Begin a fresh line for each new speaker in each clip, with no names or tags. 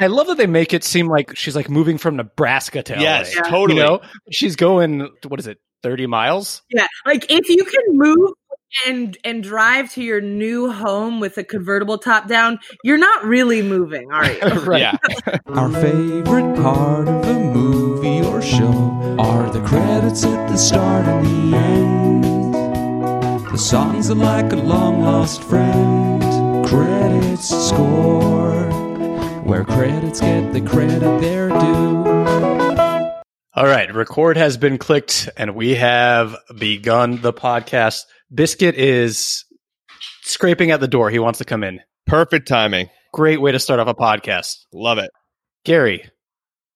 I love that they make it seem like she's like moving from Nebraska to
Yes,
LA.
totally.
You know, she's going what is it, thirty miles?
Yeah, like if you can move and and drive to your new home with a convertible top down, you're not really moving, are you?
right.
Yeah.
Our favorite part of a movie or show are the credits at the start and the end. The songs are like a long lost friend. Credits score. Where credits get the credit they're due.
All right, record has been clicked, and we have begun the podcast. Biscuit is scraping at the door. He wants to come in.
Perfect timing.
Great way to start off a podcast.
Love it.
Gary,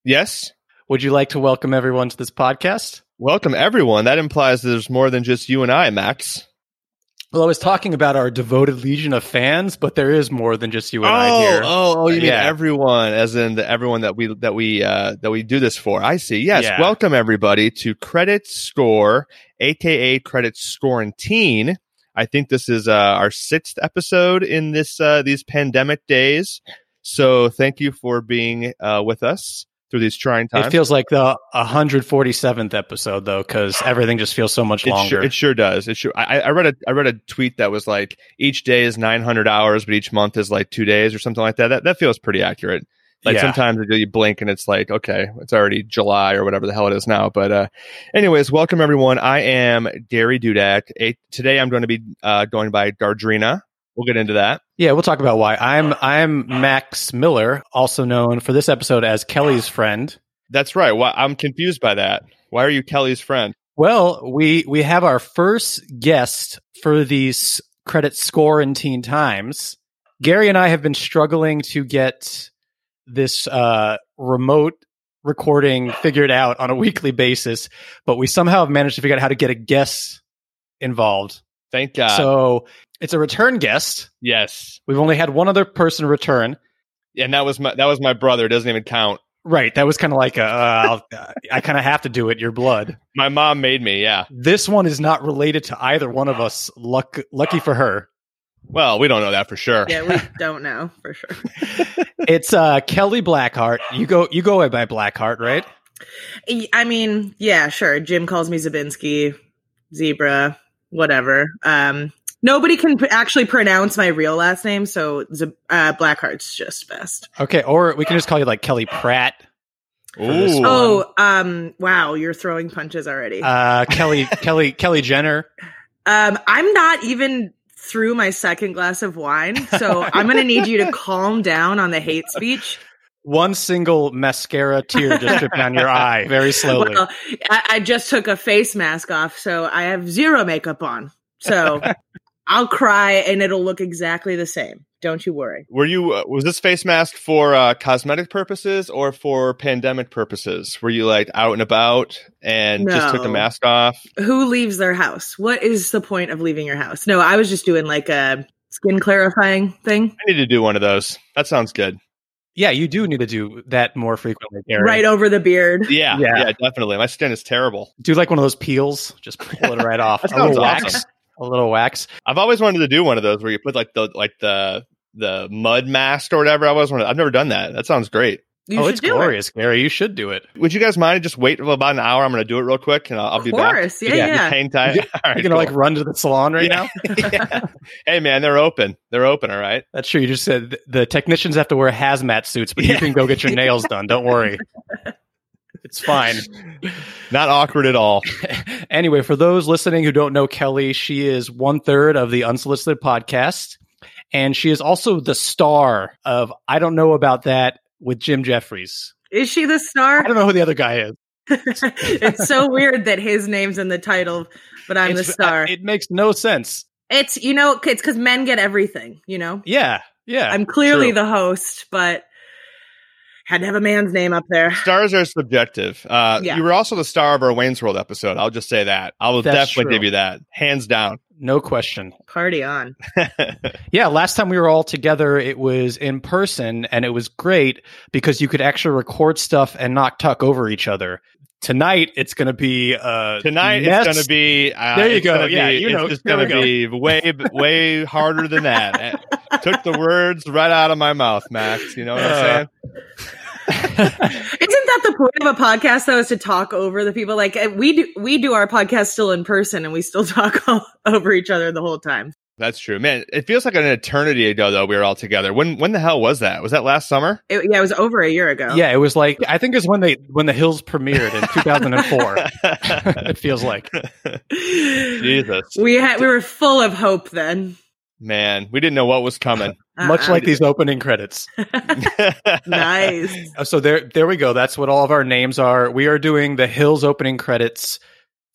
Yes.
would you like to welcome everyone to this podcast?
Welcome, everyone. That implies there's more than just you and I, Max.
Well, I was talking about our devoted legion of fans, but there is more than just you and I
oh,
here.
oh, oh, you mean
Yeah.
everyone, as in the everyone that we that we uh that we do this for. I see. Yes.
Yeah.
Welcome everybody to Credit Score, aka Credit Scorantine. I think this is uh, our sixth episode in this uh, these pandemic days. So thank you for being uh, with us through these trying times.
It feels like the 147th episode, though, because everything just feels so much
It
longer.
sure, it sure does. It sure. I, I read a I read a tweet that was like each day is 900 hours, but each month is like two days or something like that. That that feels pretty accurate. Like
Yeah.
sometimes you blink and it's like okay, it's already July or whatever the hell it is now. But uh, anyways, welcome everyone. I am Gary Dudak. A, today I'm going to be uh, going by Dardrina. We'll get into that.
yeah, we'll talk about why. I'm
Uh.
I'm Max Miller, also known for this episode as Kelly's friend.
That's right. Why I'm confused by that. Why are you Kelly's friend?
Well, we we have our first guest for these credit score in Teen Times. Gary and I have been struggling to get this uh, remote recording figured out on a weekly basis, but we somehow have managed to figure out how to get a guest involved.
Thank God.
so it's a return guest.
yes,
We've only had one other person return.
and that was my that was my brother. It doesn't even count.
Right, that was kind of like a, uh, I'll- I kind of have to do it. Your blood.
My mom made me. Yeah.
This one is not related to either one of us. Luck, lucky for her.
Well, we don't know that for sure.
yeah, we don't know for sure.
it's uh Kelly Blackheart. You go you go by Blackheart, right?
I- I mean, yeah, sure. Jim calls me Zabinski, zebra, whatever. Um, nobody can pr- actually pronounce my real last name, so Z- uh, Blackheart's just best.
Okay, or we can just call you like Kelly Pratt, this one.
Ooh.
Oh, um, wow, you're throwing punches already.
uh Kelly Kelly Kelly Jenner.
Um, I'm not even through my second glass of wine, so I'm going to need you to calm down on the hate speech.
One single mascara tear just dripping down your eye very slowly.
Well, I, I just took a face mask off, so I have zero makeup on. So I'll cry and it'll look exactly the same. Don't you worry.
Were you uh, was this face mask for uh, cosmetic purposes or for pandemic purposes? Were you like out and about and just took the
No.
mask off?
Who leaves their house? What is the point of leaving your house? No, I was just doing like a skin clarifying thing
I need to do one of those. That sounds good.
yeah, you do need to do that more frequently, Gary.
right over the beard.
Yeah, yeah,
Yeah.
definitely. My skin is terrible.
Do like one of those peels, just pull it right off.
That
a little
sounds
wax.
awesome.
A little wax.
I've always wanted to do one of those where you put like the like the the mud mask or whatever. I always wanted. I've never done that. That sounds great.
You
oh,
should
it's
do
glorious, Gary. You should do it.
Would you guys mind just wait for about an hour? I'm going to do it real quick and I'll, I'll
It.
be
Of
back.
course. Yeah, yeah.
Hang tight.
You-
All right,
You're gonna
cool.
like run to the salon right
Yeah.
now?
Yeah. Hey man, they're open. They're open. All right.
That's true. You just said th- the technicians have to wear hazmat suits, but you
Yeah.
can go get your nails done. Don't worry. It's fine.
Not awkward at all.
anyway, for those listening who don't know Kelly, she is one third of the Unsolicited podcast, and she is also the star of I Don't Know About That with Jim Jeffries.
Is she the
I
star?
don't know who the other guy is.
it's so weird that his name's in the title, but I'm the
It's-
star.
It makes no sense.
it's you know, it's because men get everything. You know,
Yeah, yeah.
I'm clearly
true.
the host, but had to have a man's name up there.
Stars are subjective. Uh,
Yeah.
You were also the star of our Wayne's World episode. I'll just say that. I will
That's
definitely
true.
give you that, hands down.
no question.
Party on!
Yeah, last time we were all together, it was in person, and it was great because you could actually record stuff and not tuck over each other. Tonight, it's going to be uh,
Tonight
mess-
it's going to be. Uh,
There you
it's
go.
gonna
Yeah,
be-
you know,
it's just
there we
going to be way way Eh, harder than that. It took the words right out of my mouth, Max. You know what I'm
Uh,
saying?
Isn't that the point of a podcast though? Is to talk over the people. Like eh, we do, we do our podcast still in person, and we still talk all over each other the whole time.
That's true, man. It feels like an eternity ago though. We were all together. When when the hell was that? Was that last summer?
It, yeah, it was over a year ago.
Yeah, it was like I think it's when they when the Hills premiered in 2004. it feels like
Jesus,
we had we were full of hope then.
man, we didn't know what was coming.
much
Uh-uh.
like these opening credits.
nice.
Uh, So there there we go. That's what all of our names are. We are doing the Hills opening credits.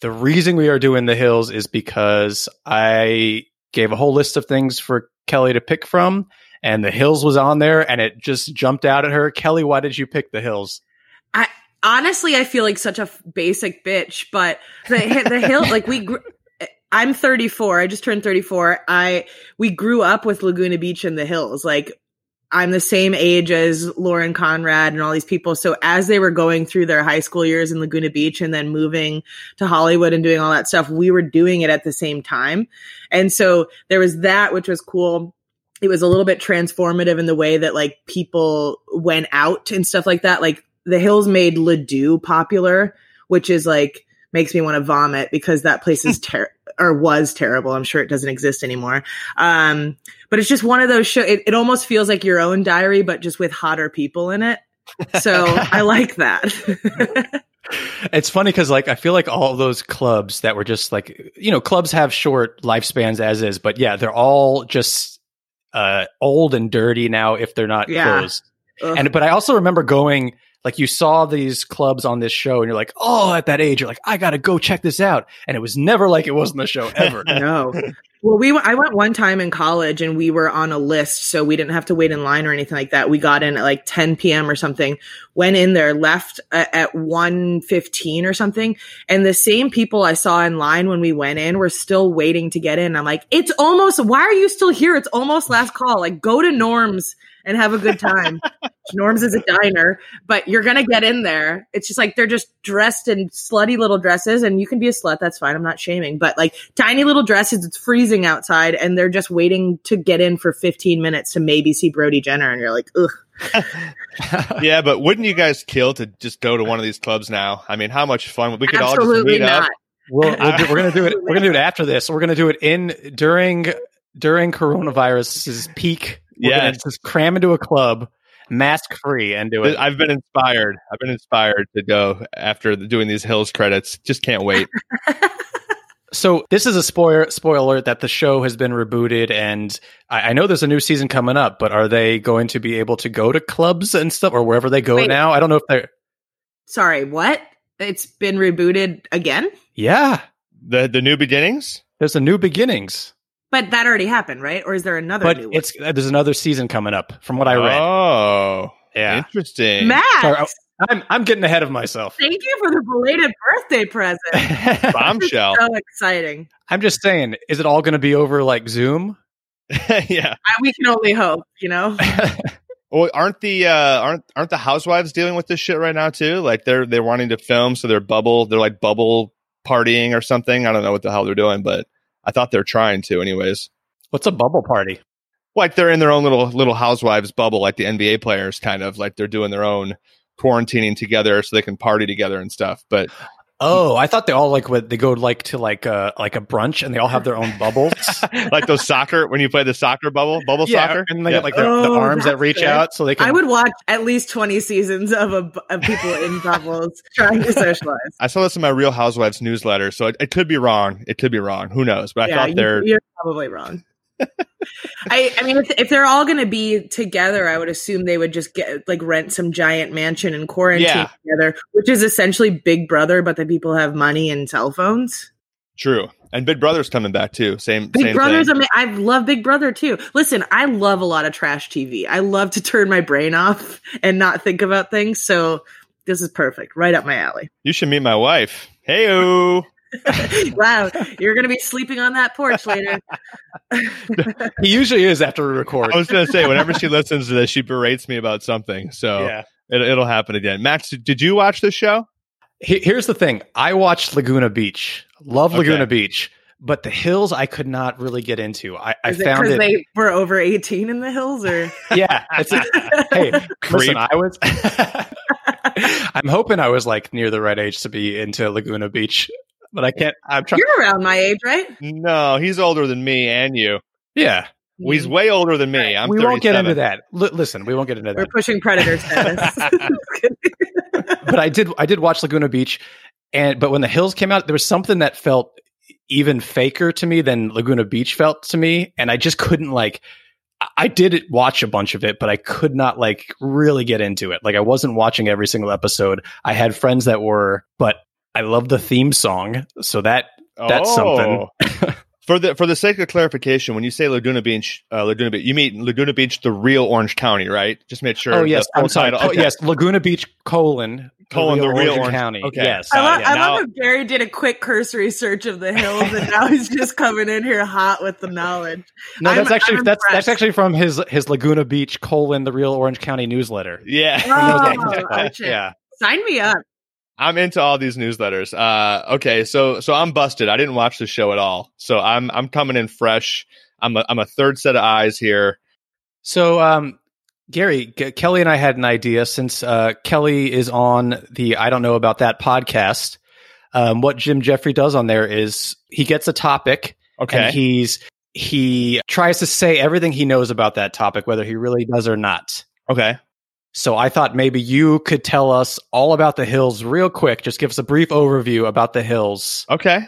The reason we are doing the Hills is because I gave a whole list of things for Kelly to pick from and the Hills was on there and it just jumped out at her. Kelly, why did you pick the Hills?
honestly, I feel like such a f- basic bitch, but the hi- the hill like we. Gr- I'm 34. I just turned 34. I we grew up with Laguna Beach and the hills. Like I'm the same age as Lauren Conrad and all these people. So as they were going through their high school years in Laguna Beach and then moving to Hollywood and doing all that stuff, we were doing it at the same time. And so there was that, which was cool. It was a little bit transformative in the way that like people went out and stuff like that. Like the hills made Ladue popular, which is like makes me want to vomit because that place is ter or was terrible. I'm sure it doesn't exist anymore. Um, but it's just one of those shows. It, it almost feels like your own diary, but just with hotter people in it. So I like that.
It's funny because like I feel like all those clubs that were just like you know clubs have short lifespans as is, but yeah, they're all just uh old and dirty now if they're not
Yeah.
closed.
Ugh.
And but I also remember going like you saw these clubs on this show and you're like, oh, at that age, you're like, I gotta go check this out, and it was never like it was in the show ever.
no. Well, we went- I went one time in college and we were on a list, so we didn't have to wait in line or anything like that. We got in at like 10 p.m. or something, went in there, left uh, at 1:15 or something, and the same people I saw in line when we went in were still waiting to get in. I'm like, it's almost. Why are you still here? It's almost last call. Like, go to Norm's and have a good time. Norm's is a diner, but you're gonna get in there. It's just like they're just dressed in slutty little dresses, and you can be a slut. That's fine. I'm not shaming, but like tiny little dresses. It's freezing outside, and they're just waiting to get in for 15 minutes to maybe see Brody Jenner, and you're like, ugh.
yeah, but wouldn't you guys kill to just go to one of these clubs now? I mean, how much fun would we could all
Absolutely
just meet
not.
up?
We'll, we'll do, we're gonna do it. We're gonna do it after this. We're gonna do it in during during coronavirus's peak. We're gonna
Yes.
just cram into a club, mask free, and do it.
I've been inspired. I've been inspired to go after the- doing these Hills credits. Just can't wait.
So this is a spoiler spoiler that the show has been rebooted, and I, I know there's a new season coming up. But are they going to be able to go to clubs and stuff, or wherever they go
Wait.
now? I don't know if they're.
Sorry, what? It's been rebooted again,
Yeah,
the The new beginnings.
there's a new beginnings,
but that already happened, right? Or is there another?
but
new one?
it's there's another season coming up, from what I read.
Oh,
yeah,
interesting.
Max.
Sorry, I- I'm I'm getting ahead of myself.
Thank you for the belated birthday present.
Bombshell.
So exciting.
I'm just saying, is it all going to be over like Zoom?
yeah.
I, we can only hope, you know?
Well, aren't the uh, aren't aren't the housewives dealing with this shit right now too? Like they're they're wanting to film, so they're bubble. They're like bubble partying or something. I don't know what the hell they're doing, but I thought they're trying to, anyways.
What's a bubble party?
Like they're in their own little little housewives bubble, like the NBA players, kind of like they're doing their own quarantining together, so they can party together and stuff. But
Oh, I thought they all like went- they go like to like uh like a brunch and they all have their own bubbles.
like those soccer when you play the soccer bubble, bubble soccer,
and they
Yeah.
got like the, the
Oh,
arms that
that's
reach
good.
out so they can.
I would watch at least 20 seasons of, a, bu- of people in bubbles trying to socialize.
I saw this in my Real Housewives newsletter, so it, it could be wrong. It could be wrong. Who knows? But I thought
you-
they're
you're probably wrong. I, I mean, if, if they're all going to be together, I would assume they would just get like rent some giant mansion and quarantine
Yeah.
together, which is essentially Big Brother, but the people have money and cell phones.
true. And Big Brother's coming back too. Same
Big
same
Brother's
thing.
ama- I love Big Brother too. Listen, I love a lot of trash TV. I love to turn my brain off and not think about things. So this is perfect, right up my alley.
you should meet my wife. Hey
wow, you're gonna be sleeping on that porch later.
he usually is after we record.
I was gonna say whenever she listens to this, she berates me about something. So
Yeah.
it, it'll happen again. Max, did you watch this show?
He- here's the thing: I watched Laguna Beach, love Laguna
Okay.
Beach, but the hills I could not really get into. I, I
Is it
found
because
it.
they were over 18 in the hills, or
yeah, it's, hey, listen,
Creep.
I was I'm hoping I was like near the right age to be into Laguna Beach, but I can't. I'm trying.
You're around my age, right?
No, he's older than me and you.
Yeah,
He's way older than me. I'm
we won't get
37.
into that. L- listen, we won't get into
We're
that.
pushing predator status.
But I did. I did watch Laguna Beach, and but when The Hills came out, there was something that felt even faker to me than Laguna Beach felt to me, and I just couldn't like. I- I did it- watch a bunch of it, but I could not like really get into it. Like I wasn't watching every single episode. I had friends that were, but I love the theme song, so that That's
something. Oh. for the for the sake of clarification, when you say Laguna Beach, uh, Laguna Beach, you mean Laguna Beach, the real Orange County, right? Just make sure.
Oh yes,
the full
I'm sorry.
title-
Oh
okay.
yes, Laguna Beach colon
Colon, the real Orange-
County.
okay.
Yes,
I, love,
yeah,
I love
now-
how Gary did a quick cursory search of the hills, and now he's just coming in here hot with the knowledge.
no, that's
I'm-
actually
I'm
that's that's
impressed.
actually from his his Laguna Beach colon the real Orange County newsletter.
Yeah.
Oh, oh, shit.
yeah.
Sign me up.
I'm into all these newsletters. Uh, okay, so so I'm busted. I didn't watch the show at all, so I'm I'm coming in fresh. I'm a, I'm a third set of eyes here.
So, um, Gary, G- Kelly, and I had an idea since uh, Kelly is on the I don't know about that podcast. Um, what Jim Jeffrey does on there is he gets a topic
Okay,
and he's he tries to say everything he knows about that topic, whether he really does or not.
okay,
So I thought maybe you could tell us all about the hills real quick. Just give us a brief overview about the hills,
okay,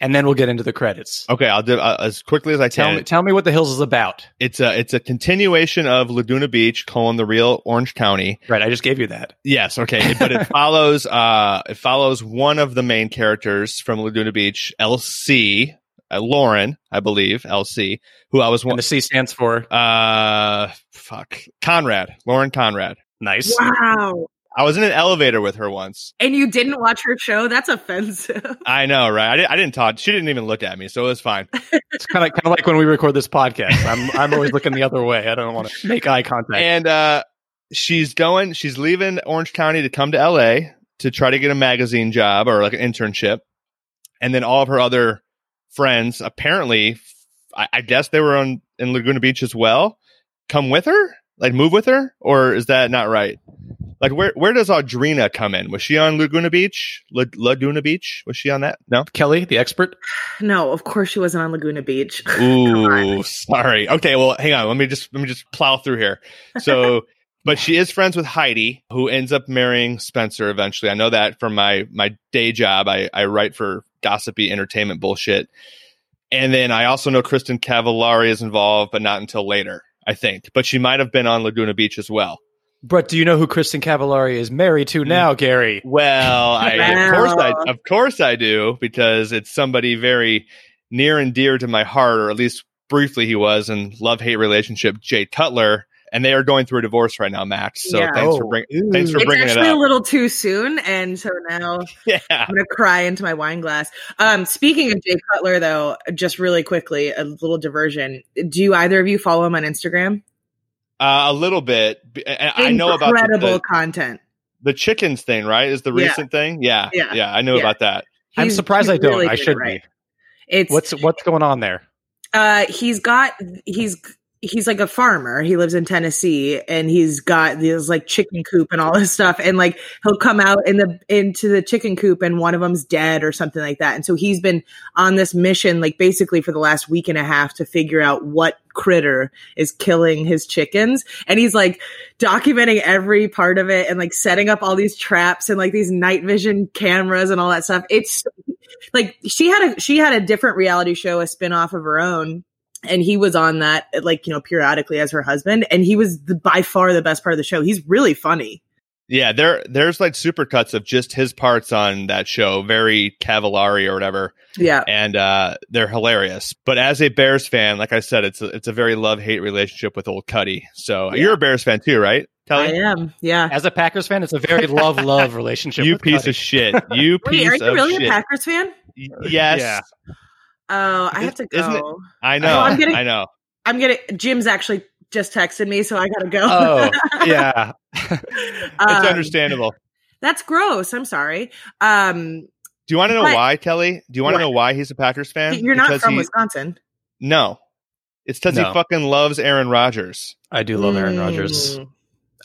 and then we'll get into the credits.
okay. I'll do uh, as quickly as I
Tell
can.
me, tell me what the hills is about.
it's a it's a continuation of Laguna Beach, colon the real Orange County.
Right, I just gave you that.
Yes, okay, but it follows uh it follows one of the main characters from Laguna Beach, LC, uh, Lauren, I believe, LC, who I was
And
one
the C stands for
uh fuck, Conrad, Lauren Conrad.
nice.
Wow.
I was in an elevator with her once.
And you didn't watch her show? That's offensive.
I know, right? I, di- I didn't talk. She didn't even look at me, so it was fine.
It's kind of kind of like when we record this podcast. I'm I'm always looking the other way. I don't want to make eye contact.
And uh she's going she's leaving Orange County to come to LA to try to get a magazine job or like an internship. And then all of her other friends apparently f- I, I guess they were on in Laguna Beach as well, come with her? Like move with her? Or is that not right? Like where where does Audrina come in? Was she on Laguna Beach? La- Laguna Beach? Was she on that? No.
Kelly, the expert.
No, of course she wasn't on Laguna Beach.
Ooh, sorry. Okay, well, hang on. Let me just let me just plow through here. So, but she is friends with Heidi, who ends up marrying Spencer eventually. I know that from my my day job. I I write for gossipy entertainment bullshit, and then I also know Kristen Cavallari is involved, but not until later, I think. But she might have been on Laguna Beach as well.
But do you know who Kristen Cavallari is married to now, Gary?
Well, I, of course
Wow.
I of course I do because it's somebody very near and dear to my heart, or at least briefly he was in love hate relationship. Jay Cutler, and they are going through a divorce right now, Max. So
Yeah.
thanks for
Oh.
bringing thanks for
it's
bringing it
actually a
up.
little too soon, and so now
Yeah, uh,
I'm gonna cry into my wine glass. Um, speaking of Jay Cutler, though, just really quickly, a little diversion. Do either of you follow him on Instagram?
uh, a little bit. B- and I know about the,
incredible
the,
content.
the chickens thing, right? Is the
Yeah.
recent thing? Yeah,
Yeah.
yeah. I know
Yeah.
about that.
I'm
He's-
surprised
he's
I don't.
really
I
doing it
should
right.
be.
It's
What's what's going on there?
uh, he's got he's he's like a farmer. He lives in Tennessee, and he's got this like chicken coop and all this stuff. And like he'll come out in the into the chicken coop, and one of them's dead or something like that. And so he's been on this mission, like basically for the last week and a half, to figure out what critter is killing his chickens. And he's like documenting every part of it, and like setting up all these traps and like these night vision cameras and all that stuff. It's like she had a she had a different reality show, a spin-off of her own. And he was on that, like, you know, periodically as her husband. And he was the, by far the best part of the show. He's really funny.
Yeah, there there's like supercuts of just his parts on that show, very Cavallari or whatever.
Yeah.
and uh, they're hilarious. But as a Bears fan, like I said, it's a, it's a very love hate relationship with old Cuddy. So you're a Bears fan too, right,
I
Kelly?
am. Yeah.
As a Packers fan, it's a very love love relationship.
You
with
piece
Cuddy.
of shit. You piece
Wait, are you
of
really
shit.
a Packers fan?
Y- yes,
Yeah.
Oh, I
Is-
have to
isn't it-
go.
I know. i
No, Oh, I'm getting-
know.
I'm gonna Jim's actually just texted me, so I gotta go.
Oh yeah,
It's
Um,
understandable.
That's gross. I'm sorry. Um
Do you want to know
but-
why, Kelly? Do you want to
What?
know why he's a Packers fan?
you're not
Because
from
he-
Wisconsin.
No, it's because
No.
he fucking loves Aaron Rodgers. Hmm.
I do love Aaron
Mm.
Rodgers.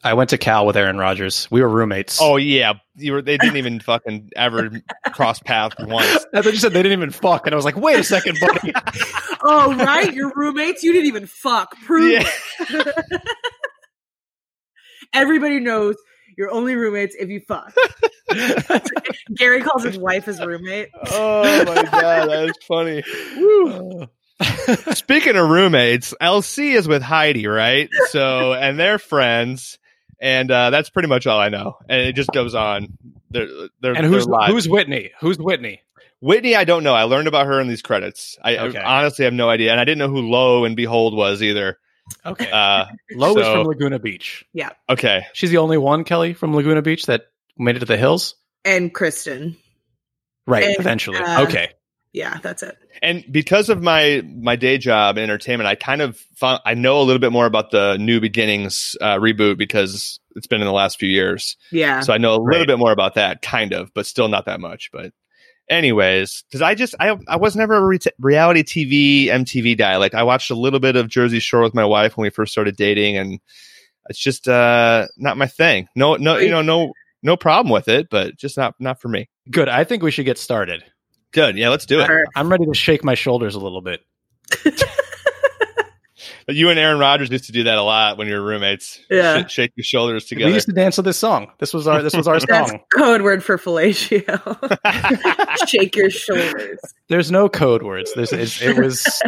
I went to Cal with Aaron Rodgers. We were roommates.
Oh yeah, you were. They didn't even fucking ever cross paths once.
I thought you said they didn't even fuck, and I was like, wait a second, buddy.
Oh, right. Your roommates, you didn't even fuck. Prove
Yeah.
it. Everybody knows you're only roommates if you fuck. Gary calls his wife his roommate.
Oh my god, that was funny. Speaking of roommates, LC is with Heidi, right? So, and they're friends, and uh, that's pretty much all I know. And it just goes on. They're, they're,
and who's
they're live.
who's Whitney? Who's Whitney?
Whitney? I don't know. I learned about her in these credits. I, I
Okay.
honestly have no idea, and I didn't know who Lo and Behold was either.
Okay,
Uh,
Lois
so-
from Laguna Beach.
okay,
She's the only one, Kelly, from Laguna Beach that made it to the hills.
And Kristen.
Right,
And,
eventually.
uh,
okay,
Yeah, that's it.
and because of my my day job in entertainment, I kind of found, I know a little bit more about the New Beginnings uh, reboot because it's been in the last few years.
Yeah.
So I know a little
Right.
bit more about that, kind of, but still not that much. But, anyways, because I just I I was never a re- reality TV MTV guy. Like I watched a little bit of Jersey Shore with my wife when we first started dating, and it's just uh not my thing. No, no, you know, no, no problem with it, but just not not for me.
good. I think we should get started.
Good, yeah, let's do it.
Or-
I'm ready to shake my shoulders a little bit.
But you and Aaron Rodgers used to do that a lot when you were roommates.
Yeah.
Shake- shake your shoulders
We
together.
used to dance to this song. This was our this was our
that's
song.
code word for fellatio. Shake your shoulders.
There's no code words. There's it, it was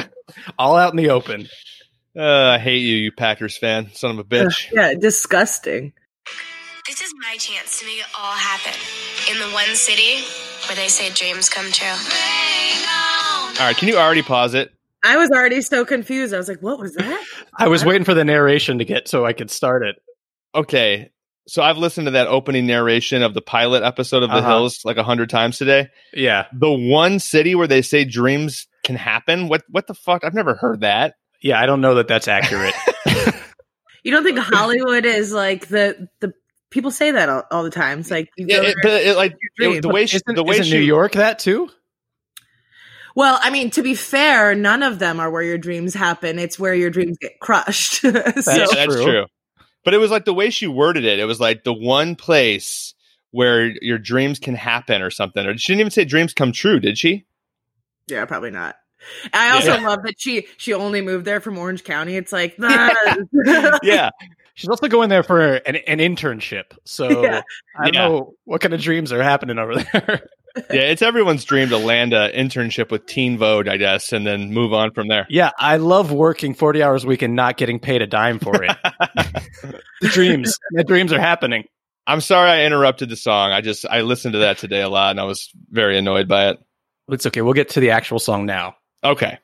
all out in the open.
Uh, I hate you, you Packers fan, son of a bitch.
Yeah, disgusting.
This is my chance to make it all happen in the one city where they say dreams come true.
All right, can you already pause it?
I was already so confused. I was like, what was that?
I was waiting for the narration to get so I could start it.
okay so i've listened to that opening narration of the pilot episode of the
Uh-huh.
hills like a hundred times today
Yeah.
the one city where they say dreams can happen what what the fuck i've never heard that
Yeah, I don't know that that's accurate.
You don't think Hollywood is like the the people say that all, all the time. It's like you go
It-
to
it- but it, like
dream.
it- the way she,
isn't,
the way
isn't
she
New York that too?
Well, I mean, to be fair, none of them are where your dreams happen. It's where your dreams get crushed. so
yeah,
That's
that's
true.
true. but it was like the way she worded it it was like the one place where your dreams can happen or something or she didn't even say dreams come true did she
yeah, probably not. I also love that she she only moved there from Orange County. It's like nah.
yeah
She's also going there for an, an internship. So
Yeah.
I don't
Yeah.
know what kind of dreams are happening over there.
yeah it's everyone's dream to land a internship with teen vogue i guess and then move on from there
yeah, I love working 40 hours a week and not getting paid a dime for it. the dreams, the dreams are happening.
I'm sorry I interrupted the song. I just I listened to that today a lot and I was very annoyed by it.
It's okay. We'll get to the actual song now.
Okay.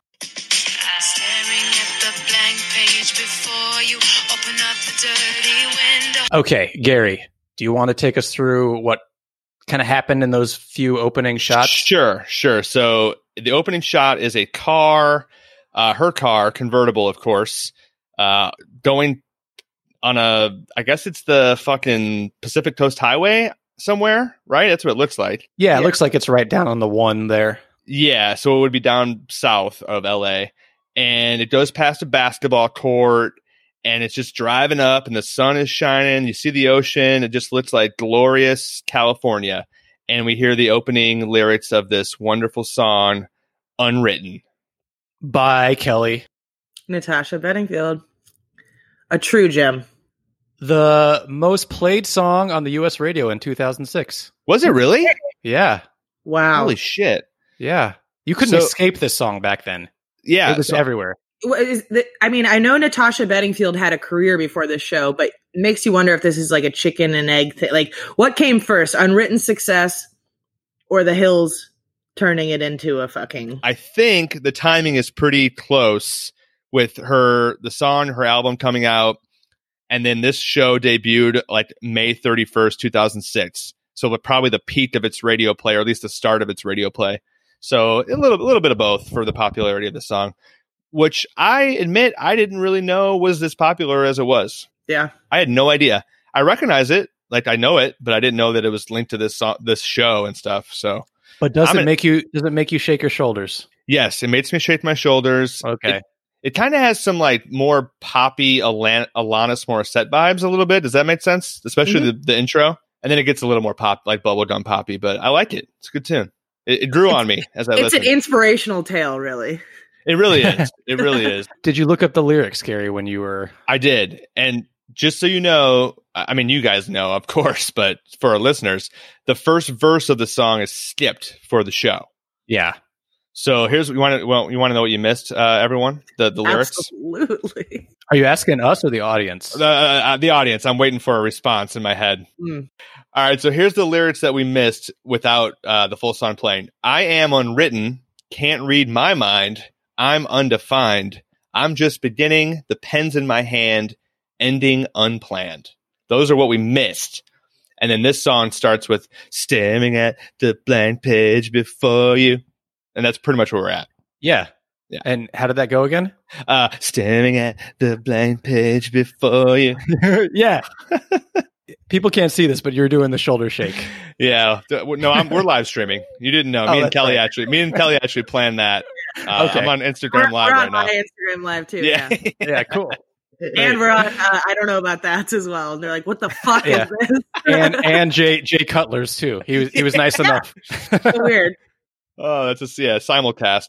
Staring at the blank page before you open up the dirty window.
Okay, Gary, do you want to take us through what kind of happened in those few opening shots?
Sure, sure. So the opening shot is a car, uh, her car, convertible, of course, uh, going on a I guess it's the fucking Pacific Coast Highway somewhere, right? That's what it looks like.
Yeah, it
Yeah.
looks like it's right down on the one there.
Yeah, so it would be down south of LA. And it goes past a basketball court and it's just driving up and the sun is shining. You see the ocean. It just looks like glorious California. And we hear the opening lyrics of this wonderful song, Unwritten.
Bye, Kelly.
Natasha Bedingfield, a true gem.
The most played song on the US radio in 2006.
Was it really?
Yeah.
Wow.
Holy shit.
Yeah. You couldn't
So-
escape this song back then.
Yeah.
it was
so-
everywhere.
What is the- I mean, I know Natasha Bedingfield had a career before this show, but it makes you wonder if this is like a chicken and egg thing. Like, what came first, unwritten success or the Hills turning it into a fucking?
I think the timing is pretty close with her the song, her album coming out, and then this show debuted like May thirty first, two thousand six. So the- probably the peak of its radio play, or at least the start of its radio play. So a little a little bit of both for the popularity of the song, which I admit I didn't really know was as popular as it was.
Yeah.
I had no idea. I recognize it, like I know it, but I didn't know that it was linked to this song, this show and stuff. So
But does
I'm
it
an-
make you does it make you shake your shoulders?
yes, it makes me shake my shoulders. It-
Okay.
It kind of has some like more poppy Alan- Alanis Morissette vibes a little bit. Does that make sense? Especially
Mm-hmm.
the, the intro, and then it gets a little more pop, like bubblegum poppy. But I like it. It's a good tune. It, it grew on me as I
It's an
listened.
inspirational tale, really.
it really is. It really is.
Did you look up the lyrics, Gary, when you were?
I did. And just so you know, I I mean, you guys know, of course, but for our listeners, the first verse of the song is skipped for the show.
Yeah.
So here's what you want to well, you want to know what you missed, uh, everyone. The the lyrics,
Absolutely.
Are you asking us or the audience?
the, uh, the audience. I'm waiting for a response in my head.
Mm.
All right, so here's the lyrics that we missed without uh, the full song playing. I am unwritten, can't read my mind. I'm undefined. I'm just beginning. The pen's in my hand, ending unplanned. Those are what we missed. And then this song starts with staring at the blank page before you, and that's pretty much where we're at.
Yeah.
Yeah.
And how did that go again?
Uh, staring at the blank page before you.
yeah. People can't see this, but you're doing the shoulder shake.
Yeah, th- w- no, I'm, we're live streaming. You didn't know.
Oh,
me and
that's
Kelly
right.
actually, me and Kelly actually planned that. Uh,
Okay.
I'm on
We're,
Instagram
we're
live
on
right
my
now.
Instagram live too. Yeah.
Yeah,
Yeah, cool.
And we're on, uh, I don't know about that as well. And they're like, what the fuck
Yeah.
is this?
and and Jay Jay Cutler's too. He was he was nice enough.
So weird.
oh, that's a s- yeah simulcast.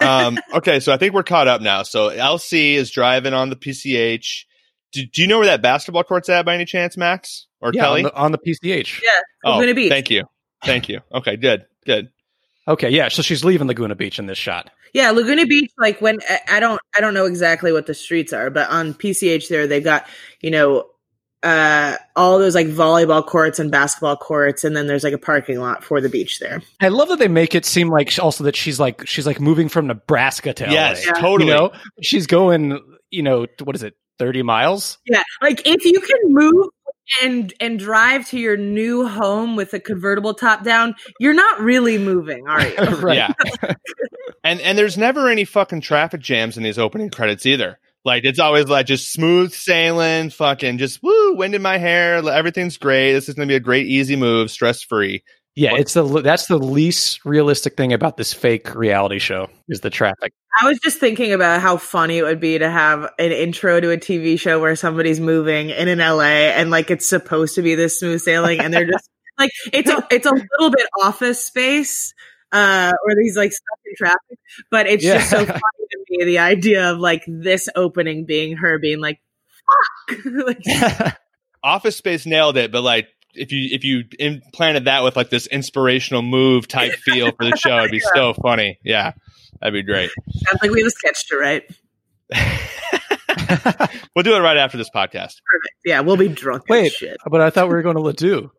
Um, okay, so I think we're caught up now. So LC is driving on the PCH. Do, do you know where that basketball court's at by any chance, Max or
yeah,
Kelly? Oh,
on the, on the PCH.
Yeah. Laguna Beach.
thank you, thank you. Okay, good, good.
Okay, yeah. So she's leaving Laguna Beach in this shot.
Yeah, Laguna Beach. Like when I- I don't, I don't know exactly what the streets are, but on PCH there they've got you know uh all those like volleyball courts and basketball courts, and then there's like a parking lot for the beach there.
I love that they make it seem like sh- also that she's like she's like moving from Nebraska to
yes,
LA.
totally.
You know, she's going. You know, what is it? Thirty miles.
Yeah, like if you can move and and drive to your new home with a convertible top down, you're not really moving, are you?
right.
Yeah. and and there's never any fucking traffic jams in these opening credits either. Like it's always like just smooth sailing, fucking just woo, wind in my hair, like, everything's great. This is gonna be a great easy move, stress free.
Yeah,
What-
it's the that's the least realistic thing about this fake reality show is the traffic.
I was just thinking about how funny it would be to have an intro to a TV show where somebody's moving in in LA and like it's supposed to be this smooth sailing and they're just like it's a it's a little bit office space uh or these like stuck in traffic but it's just so
Yeah.
funny to me the idea of like this opening being her being like fuck like
Office Space nailed it, but like if you if you implanted that with like this inspirational move type feel for the show, it'd be so funny. Yeah, that'd be great.
sounds like we have a sketch to write
We'll do it right after this podcast.
perfect yeah we'll be drunk as
Wait,
shit
but I thought we were going to Ladue.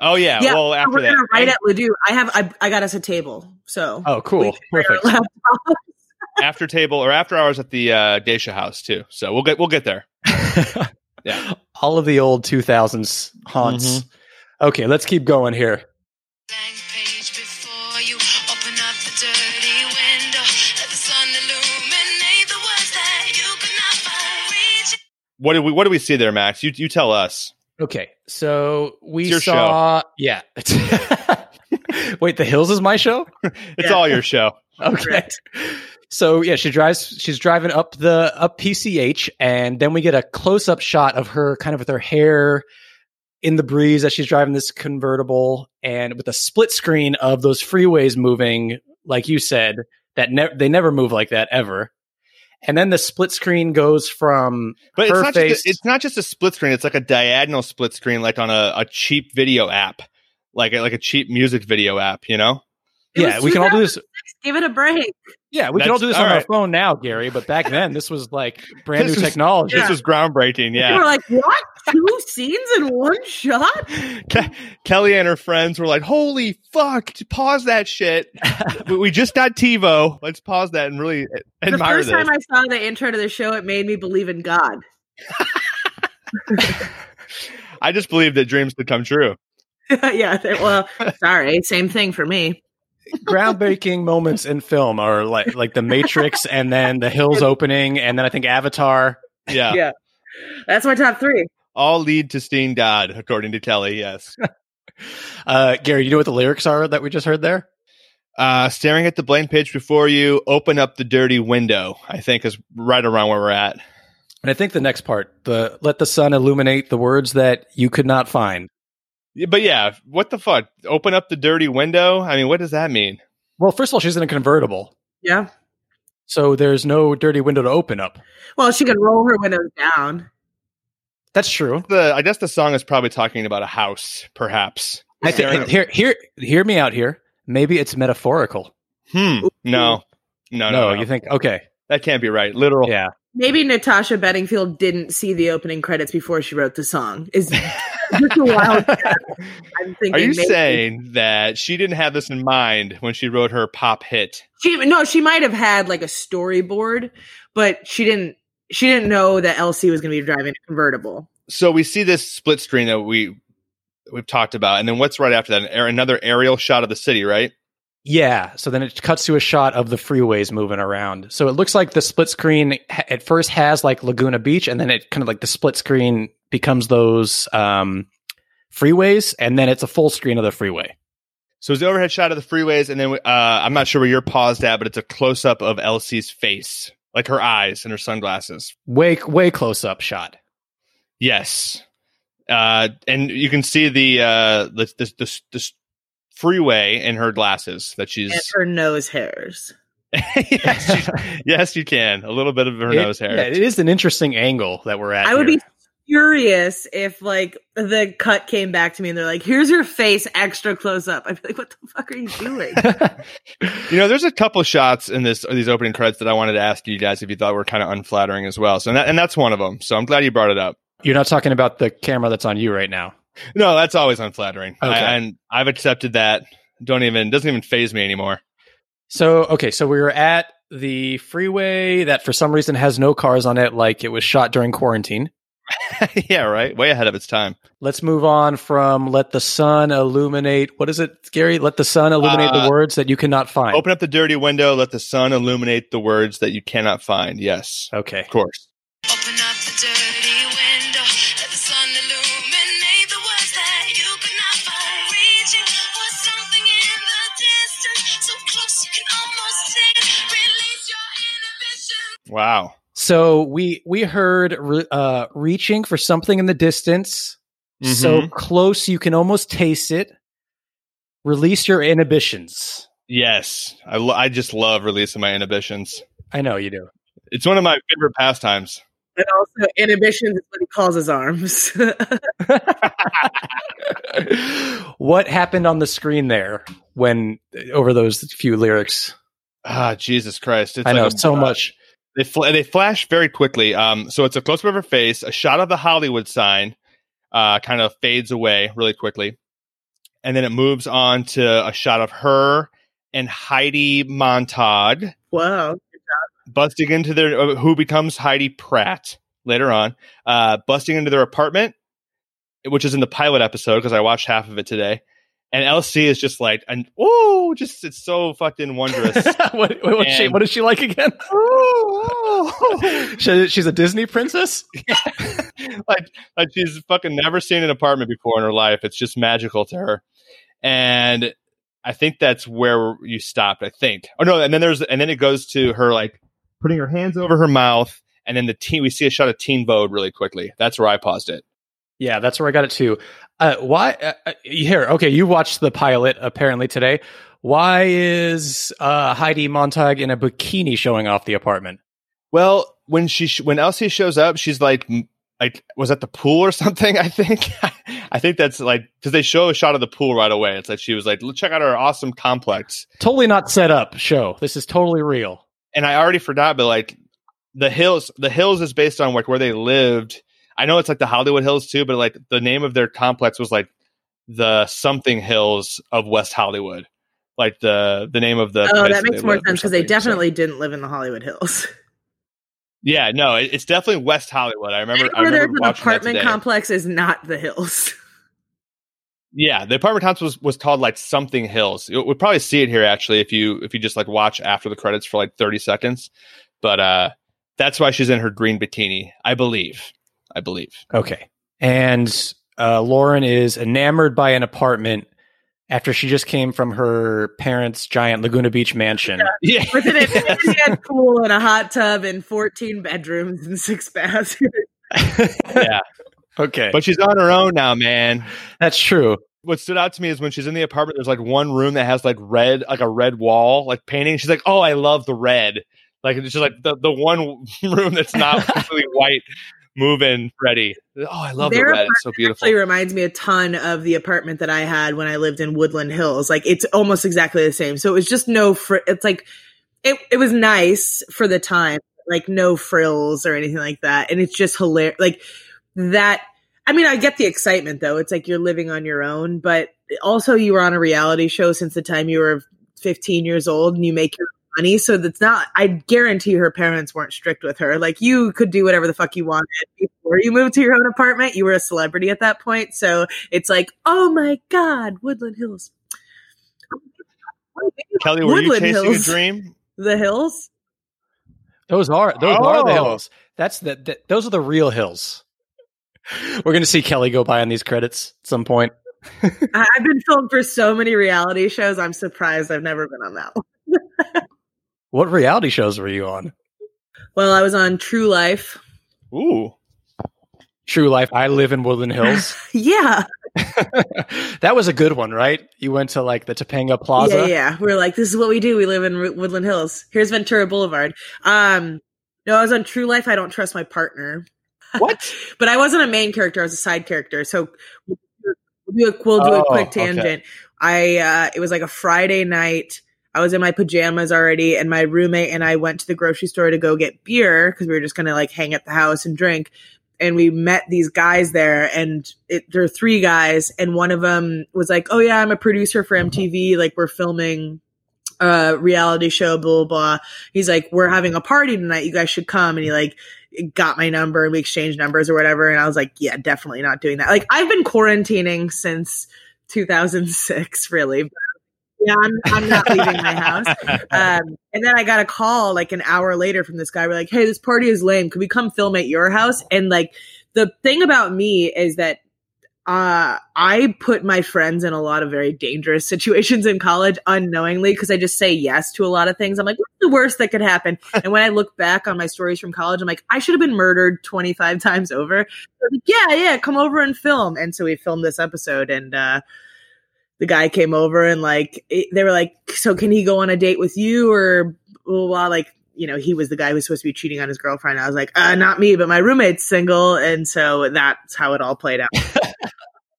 Oh yeah,
Yeah,
well after
we're
that,
gonna write at Ledoux I have I, I got us a table so
Oh, cool, perfect.
after table or after hours at the uh, Dacia house too. So we'll get we'll get there. Yeah.
All of the old 2000s haunts. Okay, let's keep going here.
Blank page before you open up the dirty window. Let the sun illuminate the words that you could not find. Reach
What do we What do we see there, Max? You you tell us.
Okay, so we
It's your
saw. Yeah. Wait, The Hills is my show.
It's
Yeah.
all your show.
Okay.
Correct.
So yeah, she drives. She's driving up the up PCH, and then we get a close up shot of her, kind of with her hair in the breeze as she's driving this convertible, and with a split screen of those freeways moving, like you said, that ne- they never move like that ever. And then the split screen goes from
But
Her
it's not
face-
just a, it's not just a split screen. It's like a diagonal split screen, like on a, a cheap video app, like a, like a cheap music video app. You know?
It
yeah,
was
we can all do this.
give it a break
Yeah, we can all
That's-
do this
all
on our
right.
phone now, Gary. But back then, this was like brand
This
new
was-
technology.
This was groundbreaking.
They were
Yeah.
like, what? Two scenes in one shot?
Ke- Kelly and her friends were like, "Holy fuck! Pause that shit. we, we just got TiVo. Let's pause that and really
the
admire
first
this."
time I saw the intro to the show, it made me believe in God.
I just believe that dreams could come true.
yeah, they- well, sorry, same thing for me.
groundbreaking moments in film are like like the Matrix and then the Hills opening and then I think Avatar.
Yeah.
Yeah. That's my top three.
All lead to seeing God, according to Kelly. Yes.
Uh Gary, you know what the lyrics are that we just heard there?
Uh, staring at the blank page before you, open up the dirty window, I think is right around where we're at.
And I think the next part, the let the sun illuminate the words that you could not find.
Yeah, But yeah, what the fuck? Open up the dirty window? I mean, what does that mean?
Well, first of all, she's in a convertible.
Yeah.
So there's no dirty window to open up.
Well, she could roll her windows down.
That's true.
The I guess the song is probably talking about a house, perhaps.
I think here here hear me out here. Maybe it's metaphorical.
Hmm. No. No, no, no.
you think okay.
that can't be right. Literal.
Yeah.
Maybe Natasha Bedingfield didn't see the opening credits before she wrote the song. Is just a wild guess. I'm thinking
Are you
maybe-
saying that she didn't have this in mind when she wrote her pop hit?
she no, she might have had like a storyboard, but she didn't she didn't know that LC was gonna be driving a convertible.
So we see this split screen that we we've talked about, and then what's right after that? An aer- Another aerial shot of the city, right?
Yeah. So then it cuts to a shot of the freeways moving around. So it looks like the split screen ha- at first has like Laguna Beach, and then it kind of like the split screen becomes those um, freeways, and then it's a full screen of the freeway.
So it's the overhead shot of the freeways, and then we- uh, I'm not sure where you're paused at, but it's a close up of Elsie's face, like her eyes and her sunglasses.
Way way close up shot.
Yes, uh, and you can see the uh, the, the, the, the freeway in her glasses that she's.
And her nose hairs.
yes, you, yes, you can. A little bit of her
It-
nose hair.
yeah, it is an interesting angle that we're at.
I would
here.
be curious if like the cut came back to me and they're like, here's your face extra close up. I'd be like, what the fuck are you doing?
You know, there's a couple shots in this these opening credits that I wanted to ask you guys if you thought were kind of unflattering as well. So and, that, and that's one of them. So I'm glad you brought it up.
You're not talking about the camera that's on you right now.
No, that's always unflattering. I-
Okay.
and I've accepted that. Don't even doesn't even phase me anymore.
So okay, so we were at the freeway that for some reason has no cars on it, like it was shot during quarantine.
yeah, right. Way ahead of its time.
Let's move on from let the sun illuminate. What is it, Gary? Let the sun illuminate
Uh,
the words that you cannot find.
Open up the dirty window. Let the sun illuminate the words that you cannot find. Yes,
Okay.
of course.
Open up the dirty window, let the sun illuminate the words that you could not find. Reaching for something in the distance, so close you can almost see it. Release your inhibition.
Wow.
So we we heard re- uh, reaching for something in the distance, so Mm-hmm.
Mhm.
close you can almost taste it. Release your inhibitions.
yes, I lo- I just love releasing my inhibitions.
I know you do.
It's one of my favorite pastimes.
and also inhibitions is what he calls his arms.
what happened on the screen there when over those few lyrics?
Ah, Jesus Christ! It's
I know
like a- uh,
so much.
They fl- they flash very quickly. Um, so it's a close up of her face. A shot of the Hollywood sign, uh, kind of fades away really quickly, and then it moves on to a shot of her and Heidi Montag
wow.
busting into their uh, who becomes Heidi Pratt later on, uh, busting into their apartment, which is in the pilot episode because I watched half of it today. And LC is just like, and oh, just it's so fucking wondrous.
what, what, what she,
And-
what is she like again?
Oh, oh.
She- she's a Disney princess.
like, like she's fucking never seen an apartment before in her life. It's just magical to her. And I think that's where you stopped. I think. Oh no! And then there's and then it goes to her like putting her hands over her mouth, and then the teen. We see a shot of Teen Vogue really quickly. That's where I paused it.
Yeah, that's where I got it too. Uh, why uh, uh, here? Okay, you watched the pilot apparently today. Why is uh, Heidi Montag in a bikini showing off the apartment?
Well, when she sh- when Elsie shows up, she's like m- like was at the pool or something. I think I think that's like because they show a shot of the pool right away. It's like she was like, check out our awesome complex.
Totally not set up show. This is totally real.
and I already forgot, but like the hills, the hills is based on like where they lived. I know it's like the Hollywood Hills too, but like the name of their complex was like the something hills of West Hollywood, like the the name of the.
Oh,
place
that makes
they
more
lived or
sense because they
something, so-
definitely didn't live in the Hollywood Hills.
yeah, no, it, it's definitely West Hollywood. I remember. I
Where there's
remember
an
watching that
apartment
today.
complex is not the hills.
Yeah, the apartment complex was, was called like something Hills. You would probably see it here actually if you if you just like watch after the credits for like thirty seconds. But uh that's why she's in her green bikini, I believe. I believe.
Okay, and uh, Lauren is enamored by an apartment after she just came from her parents' giant Laguna Beach mansion.
Yeah.
With an infinite pool and a hot tub and 14 bedrooms and six baths.
yeah.
Okay,
But she's on her own now, man.
that's true.
What stood out to me is when she's in the apartment, there's like one room that has like red, like a red wall, like painting. She's like, oh, I love the red. Like it's just like the, the one room that's not completely white moving Freddy. Oh, I love
Their
the red. It's so beautiful.
actually reminds me a ton of the apartment that I had when I lived in Woodland Hills. Like it's almost exactly the same. So it was just no fr- it's like it it was nice for the time, like no frills or anything like that. And it's just hilarious like that I mean, I get the excitement though. It's like you're living on your own, but also you were on a reality show since the time you were 15 years old and you make your money. So that's not, I guarantee her parents weren't strict with her. Like you could do whatever the fuck you wanted before you moved to your own apartment. You were a celebrity at that point. So it's like, oh my God, Woodland Hills.
Kelly, were you
Woodland
chasing
Hills.
a dream?
The hills?
Those are those are the
Oh.
hills. That's the, the those are the real hills. We're gonna see Kelly go by on these credits at some point.
I- I've been filmed for so many reality shows. I'm surprised I've never been on that one.
What reality shows were you on?
Well, I was on True Life.
Ooh.
True Life. I live in Woodland Hills.
Yeah.
that was a good one, right? You went to like the Topanga Plaza.
Yeah, yeah. We were like, this is what we do. We live in Ro- Woodland Hills. Here's Ventura Boulevard. Um, no, I was on True Life. I don't trust my partner.
What?
But I wasn't a main character. I was a side character. So we'll do a, we'll do
Oh,
a quick
okay.
tangent. I uh, it was like a Friday night. I was in my pajamas already, and my roommate and I went to the grocery store to go get beer because we were just gonna like hang at the house and drink. And we met these guys there, and it, there are three guys, and one of them was like, "Oh yeah, I'm a producer for MTV. Like we're filming a reality show, blah blah." blah. He's like, "We're having a party tonight. You guys should come." And he like got my number and we exchanged numbers or whatever. And I was like, yeah, definitely not doing that. Like I've been quarantining since 2006, really. Yeah, I'm, I'm not leaving my house. Um, and then I got a call like an hour later from this guy. We're like, hey, this party is lame. Could we come film at your house? And like the thing about me is that uh, I put my friends in a lot of very dangerous situations in college unknowingly because I just say yes to a lot of things. I'm like, what's the worst that could happen? and when I look back on my stories from college, I'm like, I should have been murdered 25 times over. They're like, yeah, yeah, come over and film. And so we filmed this episode and, uh, the guy came over and like it, they were like, so can he go on a date with you or blah, blah, blah. like you know he was the guy who was supposed to be cheating on his girlfriend. I was like, uh, not me, but my roommate's single, and so that's how it all played out.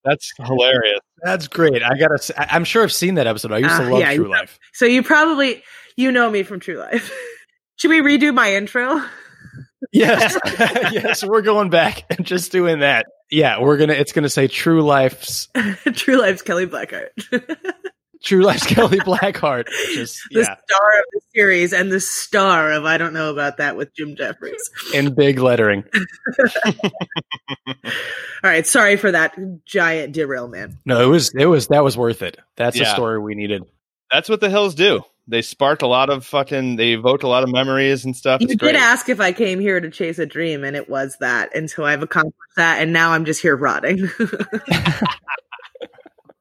That's hilarious.
That's great. I gotta. s- I- I'm sure I've seen that episode. I used to
Ah,
love
yeah,
True
you-
Life.
So you probably you know me from True Life. Should we redo my intro?
Yes, yes, we're going back and just doing that. Yeah, we're gonna. It's gonna say True Life's
True Life's Kelly Blackheart, the
True Life's Kelly Blackheart. Just yeah,
star of the series and the star of I don't know about that with Jim Jeffries.
in big lettering.
All right, sorry for that giant derailment.
No, it was it was that was worth it. That's a
Yeah.
story we needed.
That's what the hills do. They spark a lot of fucking. They evoke a lot of memories and stuff.
You
It's
did
great.
ask if I came here to chase a dream, and it was that. And so I've accomplished that, and now I'm just here rotting.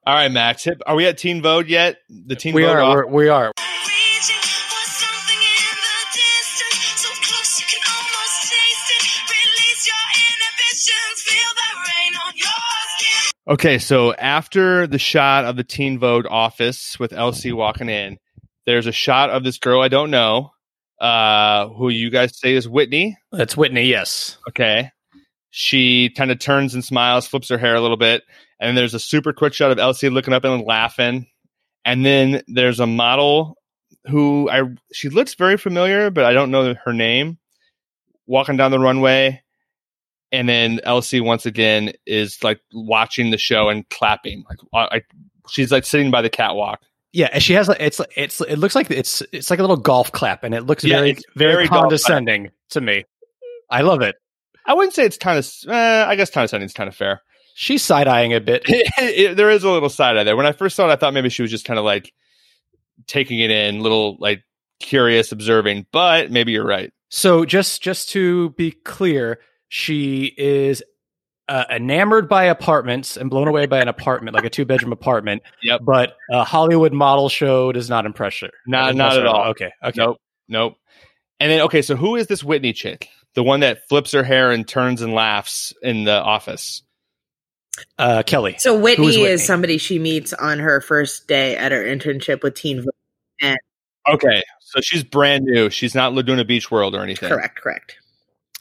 All right, Max. Hip, are we at Teen Vogue yet? The Teen
We
Vogue.
are
off-
we're, we are.
Reaching for something in the distance, so close you can almost taste it. Release your inhibitions, feel the rain on your skin.
Okay, so after the shot of the Teen Vogue office with Elsie walking in, there's a shot of this girl I don't know, uh, who you guys say is Whitney.
That's Whitney. Yes,
Okay. She kind of turns and smiles, flips her hair a little bit, and then there's a super quick shot of Elsie looking up and laughing. And then there's a model who I she looks very familiar, but I don't know her name, walking down the runway. And then Elsie once again is like watching the show and clapping. Like, wa- like she's like sitting by the catwalk.
yeah. and She has like it's it's it looks like it's it's like a little golf clap, and it looks
Yeah,
very
it's
very
very golf clap.
condescending to me. I love it.
I wouldn't say it's kind of. Uh, I guess condescending is kind of fair.
She's side eyeing a bit.
it, Eh, there is a little side eye there. When I first saw it, I thought maybe she was just kind of like taking it in, little like curious, observing. But maybe you're right.
So just just to be clear, she is uh, enamored by apartments and blown away by an apartment, like a two bedroom apartment.
Yep.
But a Hollywood model show does not impress her.
Not- not at all.
Okay. Okay.
Nope. Nope. And then okay, so who is this Whitney chick? The one that flips her hair and turns and laughs in the office.
Uh, Kelly.
So Whitney,
Who is
is
Whitney?
somebody she meets on her first day at her internship with Teen Vogue.
Okay. So she's brand new. She's not Laguna Beach World or anything.
Correct, correct.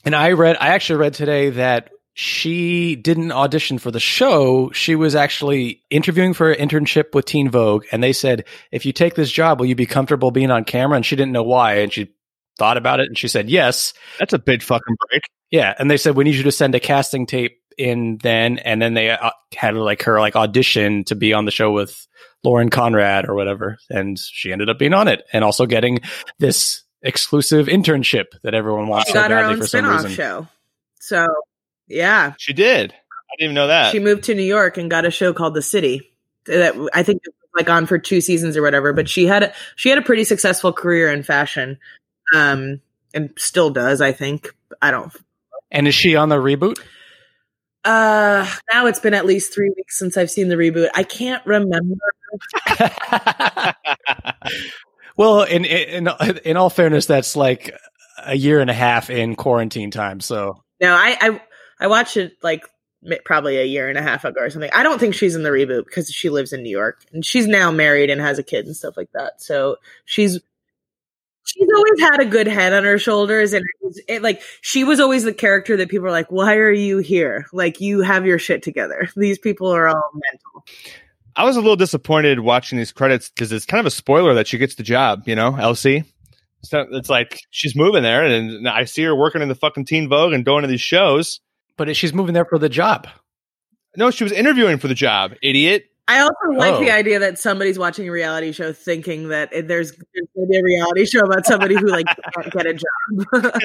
And I read, I actually read today that she didn't audition for the show. She was actually interviewing for an internship with Teen Vogue. And they said, if you take this job, will you be comfortable being on camera? And she didn't know why. And she thought about it and she said, yes.
That's a big fucking break.
Yeah. And they said, we need you to send a casting tape in then. And then they uh, had like her like audition to be on the show with Lauren Conrad or whatever. And she ended up being on it and also getting this exclusive internship that everyone wants
She
so
got her
badly
own
for some
spin-off
reason.
show. So yeah.
She did. I didn't even know that.
She moved to New York and got a show called The City. That I think it was like on for two seasons or whatever, but she had a she had a pretty successful career in fashion. Um and still does, I think. I don't
And is she on the reboot?
uh now it's been at least three weeks since I've seen the reboot. I can't remember
well, in in in all fairness, that's like a year and a half in quarantine time. So
No, I I, I watched it like mi- probably a year and a half ago or something. I don't think she's in the reboot because she lives in New York and she's now married and has a kid and stuff like that. So she's she's always had a good head on her shoulders and it, was- it like she was always the character that people are like, "Why are you here? Like you have your shit together. These people are all mental."
I was a little disappointed watching these credits because it's kind of a spoiler that she gets the job, you know, Elsie. So it's like she's moving there, and I see her working in the fucking Teen Vogue and going to these shows.
but she's moving there for the job.
No, she was interviewing for the job, idiot.
I also like the
Oh.
idea that somebody's watching a reality show thinking that eh, there's, there's going to be a reality show about somebody who like can't get a job.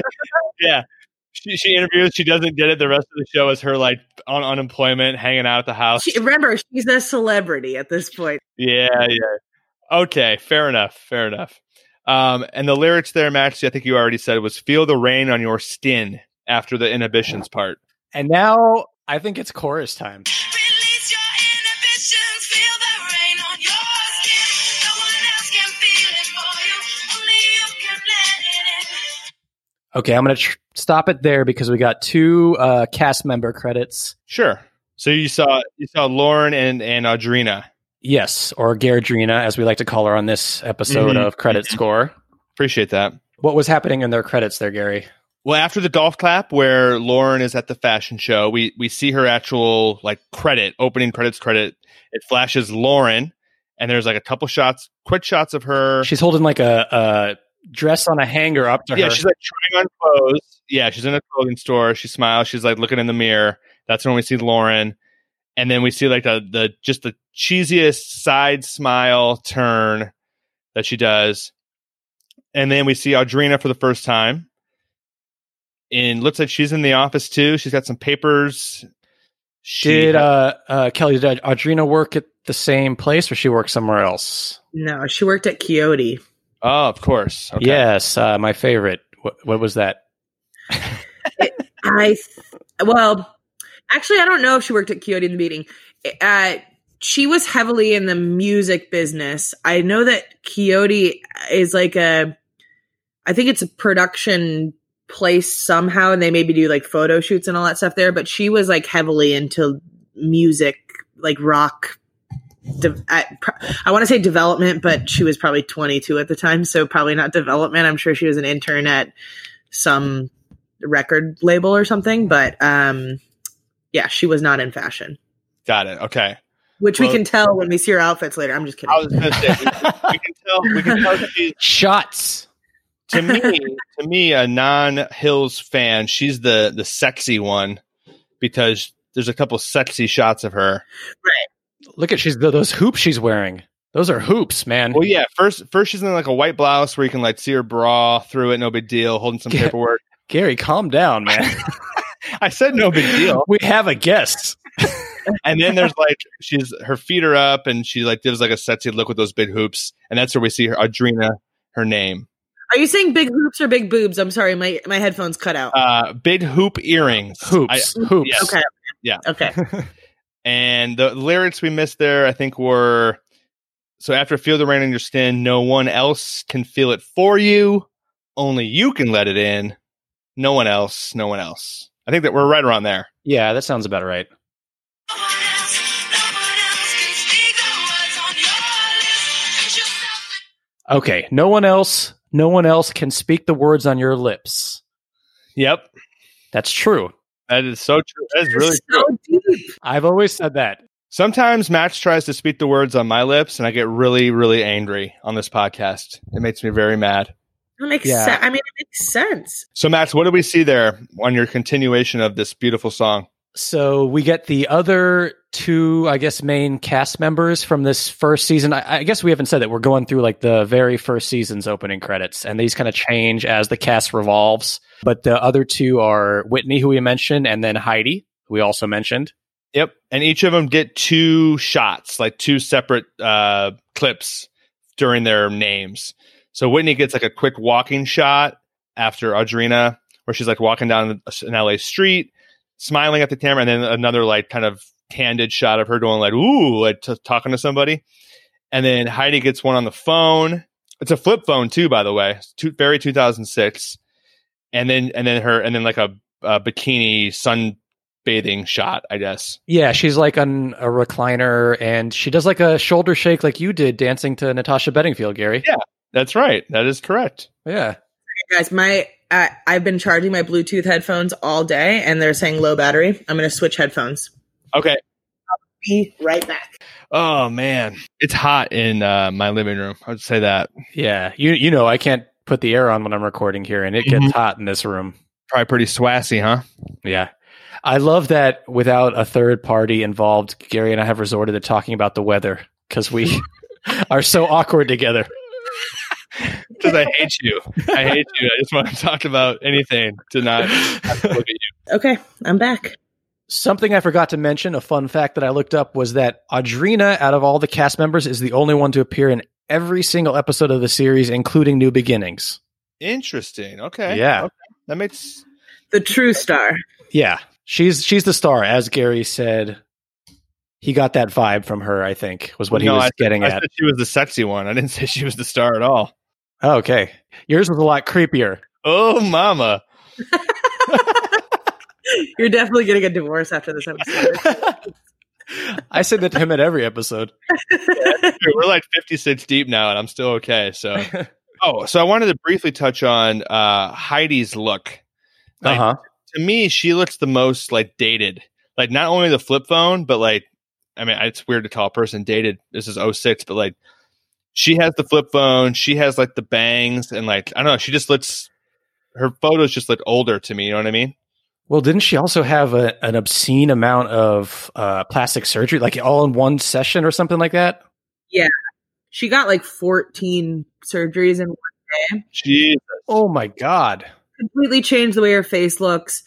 She, she interviews, she doesn't get it. The rest of the show is her like on unemployment, hanging out at the house.
She, remember, she's a celebrity at this point.
Yeah, yeah. Okay, fair enough, fair enough. Um, and the lyrics there, Max, I think you already said was "Feel the rain on your skin" after the inhibitions part.
And now I think it's chorus time.
Release your inhibitions, feel the rain on your skin. No one else can feel it for you, only you can let it in.
Okay, I'm gonna tr- stop it there because we got two uh, cast member credits.
Sure. So you saw you saw Lauren and and Audrina.
Yes, or Gardrina, as we like to call her on this episode
Mhm.
of Credit Score.
Appreciate that.
What was happening in their credits there, Gary?
Well, after the golf clap where Lauren is at the fashion show, we we see her actual like credit, opening credits credit. It flashes Lauren and there's like a couple shots, quick shots of her.
She's holding like a, a dress on a hanger up to
yeah,
her.
she's like trying on clothes. Yeah, she's in a clothing store. She smiles. She's like looking in the mirror. That's when we see Lauren, and then we see like the the just the cheesiest side smile turn that she does, and then we see Audrina for the first time. And looks like she's in the office too. She's got some papers. She
Did uh, uh, Kelly did Audrina work at the same place, or she worked somewhere else?
No, she worked at Coyote.
oh, of course. Okay.
Yes, uh, my favorite. What, what was that?
I, th- well, actually, I don't know if she worked at Coyote in the meeting. Uh, she was heavily in the music business. I know that Coyote is like a, I think it's a production place somehow, and they maybe do like photo shoots and all that stuff there. But she was like heavily into music, like rock. De- at, pro- I want to say development, but she was probably 22 at the time, so probably not development. I'm sure she was an intern at some record label or something, but um, yeah, she was not in fashion,
Got it. Okay.
which
Well-
we can tell when we see her outfits later. I'm just kidding.
I was gonna say we, we can tell we can tell she's
Shots.
to me, to me, a non Hills fan, she's the the sexy one because there's a couple sexy shots of her.
Look at she's those hoops she's wearing. Those are hoops, man.
Well, yeah, first first she's in like a white blouse where you can like see her bra through it, no big deal, holding some
Yeah.
paperwork.
Gary, calm down, man.
I said no big deal,
we have a guest.
and then there's like she's her feet are up and she like gives like a sexy look with those big hoops, and that's where we see her Adrena, her name,
Are you saying big hoops or big boobs? I'm sorry, my my headphones cut out.
uh, big Uh, hoop earrings,
Hoops,
I-
hoops.
yes.
okay,
Yeah.
Okay.
And the lyrics we missed there, I think, were so after feel the rain on your skin, no one else can feel it for you. Only you can let it in. No one else. No one else. I think that we're right around there.
Yeah, that sounds about right.
No one else, no one else can speak the words on your lips. And yourself
Okay, no one else, no one else can speak the words on your lips.
Yep.
That's true.
That is so true. That is really true.
so deep.
I've always said that.
Sometimes Match tries to speak the words on my lips, and I get really, really angry on this podcast. It makes me very mad.
That makes
Yeah.
sense. I mean, it makes sense.
So, Max, what do we see there on your continuation of this beautiful song?
So we get the other two, I guess, main cast members from this first season. I, I guess we haven't said that we're going through like the very first season's opening credits, and these kind of change as the cast revolves. But the other two are Whitney, who we mentioned, and then Heidi, who we also mentioned.
Yep. And each of them get two shots, like two separate uh, clips during their names. So Whitney gets like a quick walking shot after Audrina, where she's like walking down an LA street, smiling at the camera, and then another like kind of candid shot of her going like, ooh, like t- talking to somebody. And then Heidi gets one on the phone. It's a flip phone too, by the way. It's two, very 2006. And then and then her and then like a, a bikini sunbathing shot, I guess.
Yeah, she's like on a recliner, and she does like a shoulder shake, like you did, dancing to Natasha Bedingfield, Gary.
Yeah. That's right. That is correct.
Yeah.
Guys, my uh, I've been charging my Bluetooth headphones all day and they're saying low battery. I'm going to switch headphones.
Okay.
Be right back.
Oh man, it's hot in uh, my living room. I'd say that
Yeah, you you know I can't put the air on when I'm recording here, and it gets
Mhm.
hot in this room.
probably pretty swassy, huh?
Yeah, I love that without a third party involved, Gary and I have resorted to talking about the weather because we are so awkward together.
Because I hate you. I hate you. I just want to talk about anything to not have to look at you.
Okay, I'm back.
Something I forgot to mention, a fun fact that I looked up was that Audrina, out of all the cast members, is the only one to appear in every single episode of the series, including New Beginnings.
Interesting. Okay.
Yeah.
Okay. That makes.
The true star.
Yeah, she's she's the star, as Gary said. He got that vibe from her, I think, was what he
No,
was
I-
getting
I
at.
said she was the sexy one. I didn't say she was the star at all.
Oh, okay. Yours was a lot creepier.
Oh, mama.
You're definitely going to get divorced after this episode.
I said that to him at every episode.
Dude, we're like 56 deep now, and I'm still okay. So, oh, so I wanted to briefly touch on uh, Heidi's look.
Uh
Uh-huh.
huh.
to me, she looks the most like dated. Like not only the flip phone, but like I mean, it's weird to call a person dated. This is 06, but like she has the flip phone, she has like the bangs and like I don't know, she just looks her photos just look older to me, you know what I mean?
Well, didn't she also have a, an obscene amount of uh, plastic surgery, like all in one session or something like that?
she got like 14 surgeries and
She
Oh my god!
completely changed the way her face looks,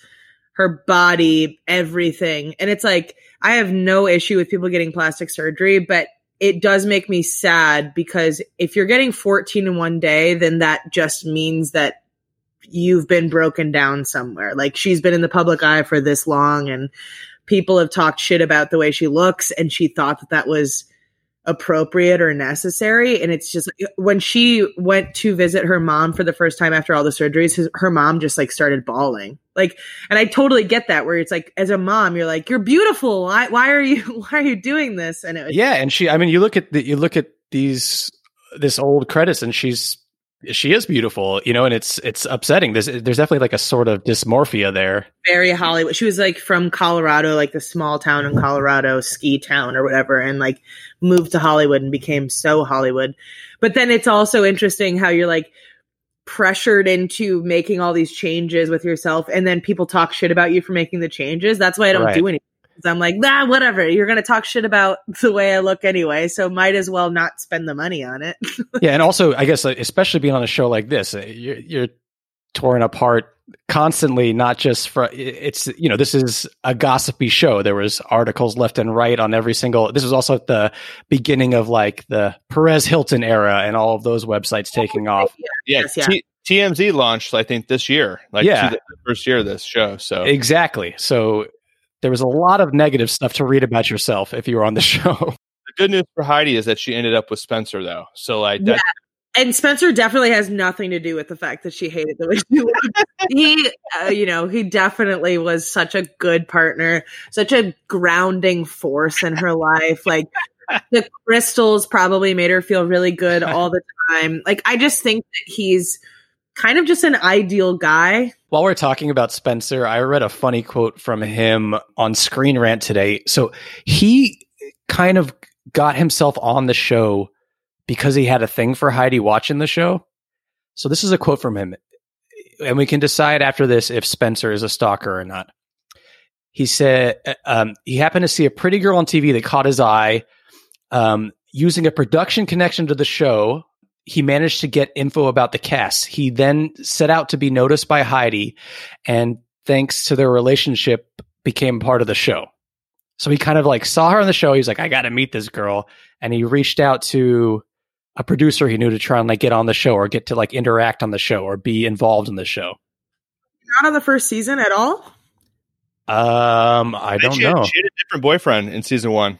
her body, everything. And it's like, I have no issue with people getting plastic surgery, but it does make me sad because if you're getting 14 in one day, then that just means that you've been broken down somewhere. Like she's been in the public eye for this long and people have talked shit about the way she looks and she thought that that was appropriate or necessary and it's just when she went to visit her mom for the first time after all the surgeries his, her mom just like started bawling like and i totally get that where it's like as a mom you're like you're beautiful why why are you why are you doing this and it was
Yeah, and she. I mean, you look at the, you look at these this old credits, and she's she is beautiful, you know. And it's it's upsetting. There's there's definitely like a sort of dysmorphia there.
very Hollywood. She was like from Colorado, like the small town in Colorado, ski town or whatever, and like moved to Hollywood and became so Hollywood. But then it's also interesting how you're like pressured into making all these changes with yourself, and then people talk shit about you for making the changes. That's why I don't
Right.
do anything. 'Cause I'm like, nah, whatever. You're gonna talk shit about the way I look anyway, so might as well not spend the money on it.
yeah, and also I guess like, especially being on a show like this, uh, you're, you're torn apart constantly. Not just for it's you know this is a gossipy show. There was articles left and right on every single. This was also at the beginning of like the Perez Hilton era and all of those websites taking off.
yeah,
Yes, yeah.
T- TMZ launched I think this year, like
Yeah.
to the first year of this show. So
Exactly. So There was a lot of negative stuff to read about yourself if you were on the show.
The good news for Heidi is that she ended up with Spencer, though. So like that,
And Spencer definitely has nothing to do with the fact that she hated the way she looked. he, uh, you know, he definitely was such a good partner, such a grounding force in her life. Like the crystals probably made her feel really good all the time. Like I just think that he's kind of just an ideal guy.
While we're talking about Spencer, I read a funny quote from him on Screen Rant today. So he kind of got himself on the show because he had a thing for Heidi watching the show. So this is a quote from him. And we can decide after this if Spencer is a stalker or not. He said uh, um, he happened to see a pretty girl on TV that caught his eye. Um, using a production connection to the show, he managed to get info about the cast. He then set out to be noticed by Heidi, and thanks to their relationship, became part of the show. So he kind of like saw her on the show. He's like, I got to meet this girl, and he reached out to a producer he knew to try and like get on the show or get to like interact on the show or be involved in the show.
Not on the first season at all.
Um, I don't
she, had-
know.
she had a different boyfriend in season one.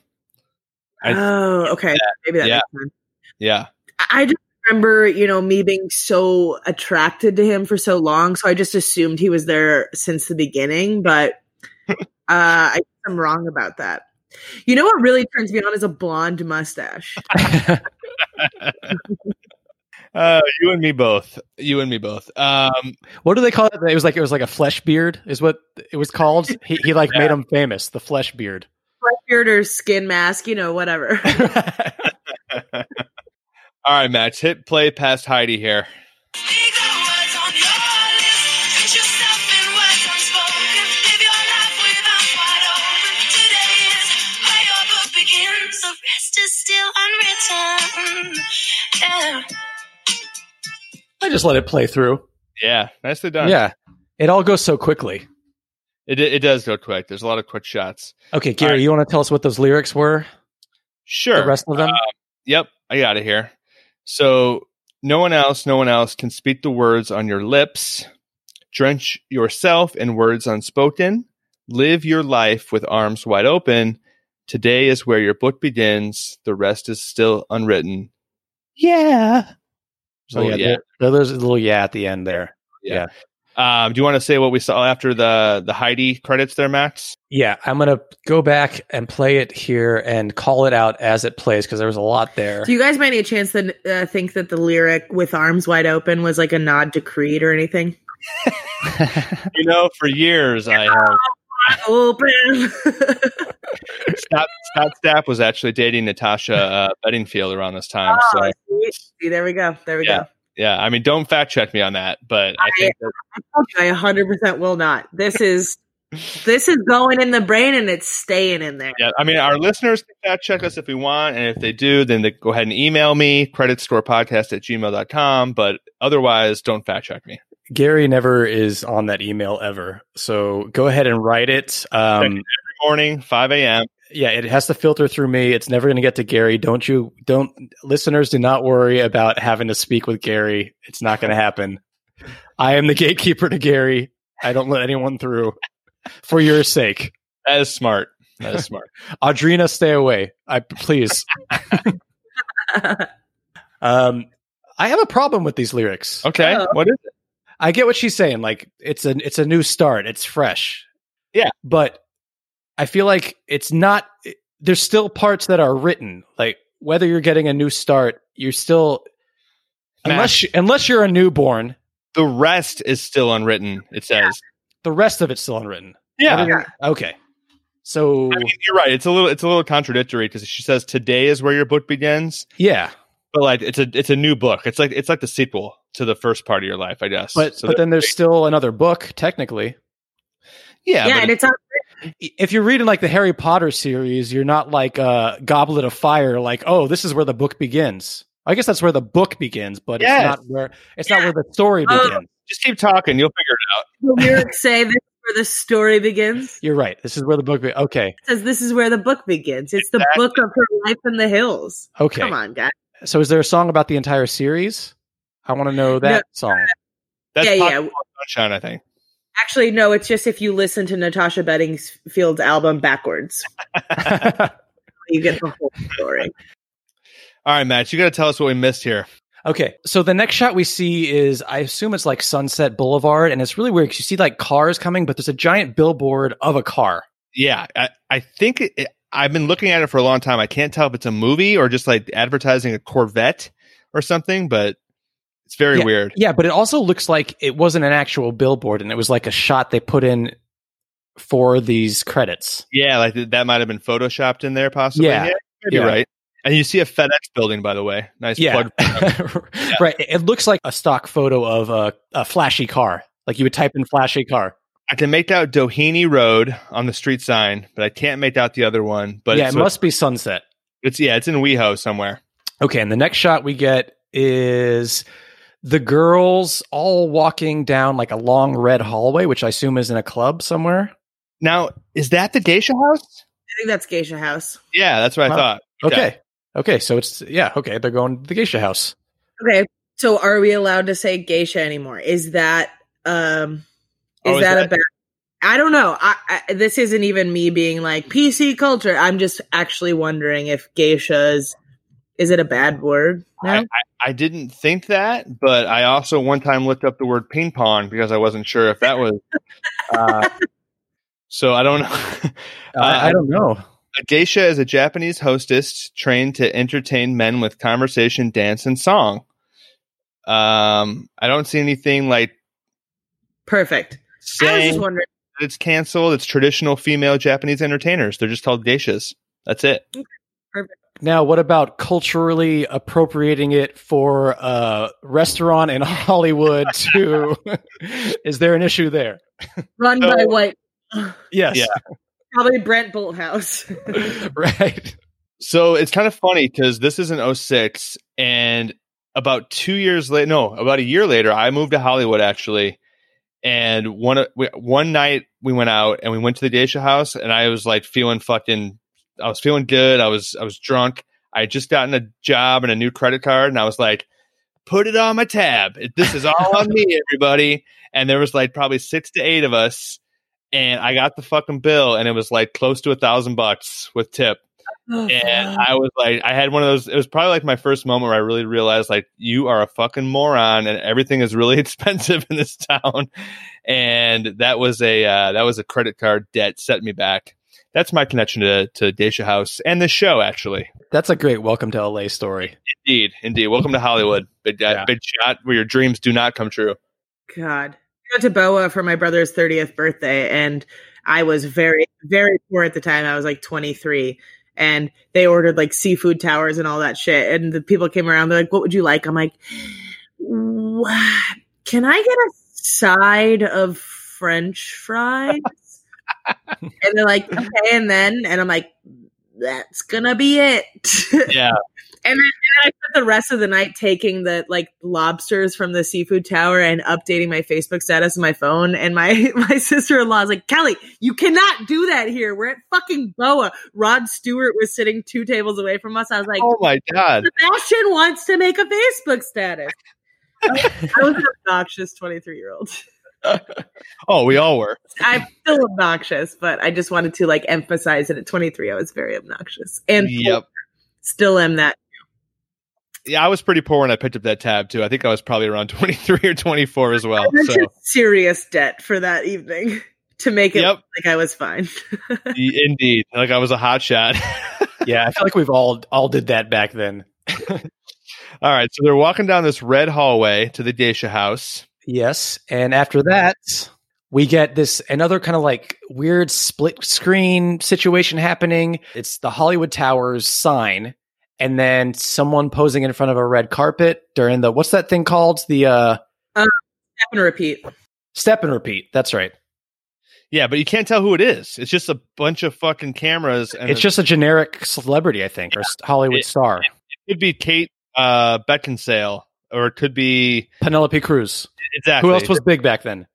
I-
oh, okay. Maybe that
yeah.
makes sense.
Yeah,
I just remember, you know, me being so attracted to him for so long, so I just assumed he was there since the beginning, but uh I guess I'm wrong about that. You know what really turns me on is a blonde mustache.
uh, you and me both. You and me both. Um,
what do they call it? It was like it was like a flesh beard is what it was called. He, he like made him famous, the flesh beard.
Black beard or skin mask, you know, whatever.
all right, Max, hit play past Heidi here.
Big words on your lips. Put yourself in words unspoken. Live your life with eyes wide open. Today is where your book begins. The rest is still unwritten. Yeah.
I just let it play through.
Yeah, nicely done.
Yeah. It all goes so quickly.
it it does go quick. There's a lot of quick shots.
Okay, Gary,
right.
you want to tell us what those lyrics were?
Sure. Uh,
The rest of them?
Yep, I got it here. So no one else, no one else can speak the words on your lips. Drench yourself in words unspoken. Live your life with arms wide open. Today is where your book begins. The rest is still unwritten.
Oh, yeah.
So yeah.
there- there- there's a little yeah at the end there.
Um, do you want to say what we saw after the the Heidi credits there, Max?
Yeah, I'm going to go back and play it here and call it out as it plays because there was a lot there.
Do you guys by any chance then uh, think that the lyric with arms wide open was like a nod to Creed or anything?
You know, for years I have
Open.
Scott, Scott Stapp was actually dating Natasha uh, Bedingfield around this time. so
Oh, see? See, there we go. There we
Yeah.
go.
Yeah, I mean, don't fact check me on that, but I think that,
I 100% will not. This is this is going in the brain and it's staying in there.
yeah, I mean, our listeners can fact check us if we want, and if they do, then they go ahead and email me creditscorepodcast at gmail.com. But otherwise, don't fact check me.
Gary never is on that email ever. So go ahead and write it. Um,
Good morning, five a.m.
yeah, it has to filter through me. It's never going to get to Gary. Don't you, don't, listeners, do not worry about having to speak with Gary. It's not going to happen. I am the gatekeeper to Gary. I don't let anyone through for your sake.
That is smart. That is smart.
Audrina, stay away. I please. Um, I have a problem with these lyrics.
Okay,
Oh.
what is it?
I get what she's saying. Like it's a it's a new start. It's fresh.
Yeah.
but I feel like it's not. it- there's still parts that are written. Like whether you're getting a new start, you're still unless you, unless you're a newborn.
The rest is still unwritten. It says,
The rest of it's still unwritten.
yeah.
Yeah.
Okay, so
I mean, you're right. It's a little. It's a little contradictory because she says today is where your book begins,
yeah,
but like it's a it's a new book. It's like it's like the sequel to the first part of your life, I guess.
but
So
but
there-
then there's still another book technically.
yeah,
Yeah,
but
and it's on
if you're reading like the Harry Potter series, you're not like a goblet of fire, like, oh, this is where the book begins. I guess that's where the book begins, but
Yes.
it's not where it's not where the story
Oh.
begins.
just keep talking. You'll figure it out.
the lyrics say this is where the story begins.
You're right. This is where the book be- okay.
It says this is where the book begins. It's the
Exactly.
book of her life in the hills.
Okay.
Come on, guys.
So is there a song about the entire series? I want to know that
No.
song.
That's
yeah,
yeah,
yeah.
sunshine, I think.
Actually, no, it's just if you listen to Natasha Bedingfield's album backwards, you get the whole story.
All right, Matt, you got to tell us what we missed here.
Okay, so the next shot we see is I assume it's like Sunset Boulevard, and it's really weird because you see like cars coming, but there's a giant billboard of a car.
Yeah, I, I think it, I've been looking at it for a long time. I can't tell if it's a movie or just like advertising a Corvette or something, but it's very weird.
Yeah, but it also looks like it wasn't an actual billboard, and it was like a shot they put in for these credits.
Yeah, like th- that might have been photoshopped in there, possibly.
Yeah.
you're
Yeah.
right. And you see a FedEx building, by the way. Nice
Yeah.
plug.
right. It it looks like a stock photo of a, a flashy car. Like you would type in flashy car.
I can make out Doheny Road on the street sign, but I can't make out the other one. But
yeah,
it's,
it must be sunset.
it's yeah, it's in WeHo somewhere.
Okay, and the next shot we get is the girls all walking down like a long red hallway, which I assume is in a club somewhere.
Now, is that the Geisha House?
I think that's Geisha House.
Yeah, that's what I
Wow.
thought.
Okay. Okay, so it's yeah, okay, they're going to the geisha house.
Okay, so are we allowed to say geisha anymore? Is that um is,
Oh, is
that,
that-
a bad? I don't know. I, I this isn't even me being like PC culture. I'm just actually wondering if geisha is is it a bad word? now?
I didn't think that, but I also one time looked up the word ping pong because I wasn't sure if that was. uh, so I don't know. Uh,
I, I don't know.
A geisha is a Japanese hostess trained to entertain men with conversation, dance, and song. Um, I don't see anything like
Perfect. I was
saying
just wondering.
that it's canceled. It's traditional female Japanese entertainers. They're just called geishas. That's it.
Now, what about culturally appropriating it for a restaurant in Hollywood too? is there an issue there?
Run by
So-
white,
Yes.
Yeah.
probably Brent Bolthouse.
right.
So it's kind of funny because this is in 06 and about two years later, no, about a year later, I moved to Hollywood actually. And one o- we- one night we went out and we went to the Geisha house and I was like feeling fucking, I was feeling good. I was, I was drunk. I had just gotten a job and a new credit card and I was like, put it on my tab. This is all on me, everybody. And there was like probably six to eight of us. And I got the fucking bill and it was like close to a thousand bucks with tip and I was like, I had one of those. It was probably like my first moment where I really realized, like, you are a fucking moron, and everything is really expensive in this town. And that was a uh, that was a credit card debt set me back. That's my connection to to Dacia House and the show, actually.
That's a great welcome to LA story.
Indeed, indeed. Welcome to Hollywood, big uh,
Yeah.
big shot where your dreams do not come true.
God. I went to Boa for my brother's 30th birthday, and I was very, very poor at the time. I was like 23. And they ordered like seafood towers and all that shit. And the people came around, they're like, What would you like? I'm like, "Wha- Can I get a side of French fries? and they're like, Okay. And then, and I'm like, That's gonna be it.
Yeah,
And then, and then I spent the rest of the night taking the like lobsters from the seafood tower and updating my Facebook status on my phone. And my my sister in law is like, Kelly, you cannot do that here. We're at fucking Boa. Rod Stewart was sitting two tables away from us. I was like,
oh my god.
Sebastian wants to make a Facebook status. I was an obnoxious twenty three year old.
Oh, we all were.
I'm still obnoxious, but I just wanted to like emphasize that at twenty three I was very obnoxious and
Yep.
still am that.
Yeah, I was pretty poor when I picked up that tab too. I think I was probably around twenty three or twenty four as well.
That's
So.
a serious debt for that evening to make it
Yep.
look like I was fine.
Y- Indeed, like I was a hot shot.
Yeah, I feel like we've all all did that back then.
All right, so they're walking down this red hallway to the geisha house.
Yes, and after that, we get this another kind of like weird split screen situation happening. It's the Hollywood Towers sign, and then someone posing in front of a red carpet during the what's that thing called? The uh,
I'm gonna repeat.
step and repeat. That's right.
Yeah, but you can't tell who it is. It's just a bunch of fucking cameras, and
It's just a generic celebrity, I think, or s- Hollywood
It-
star,
it could be Kate uh, Beckinsale, or it could be
Penelope Cruz.
exactly
Who else was big back then?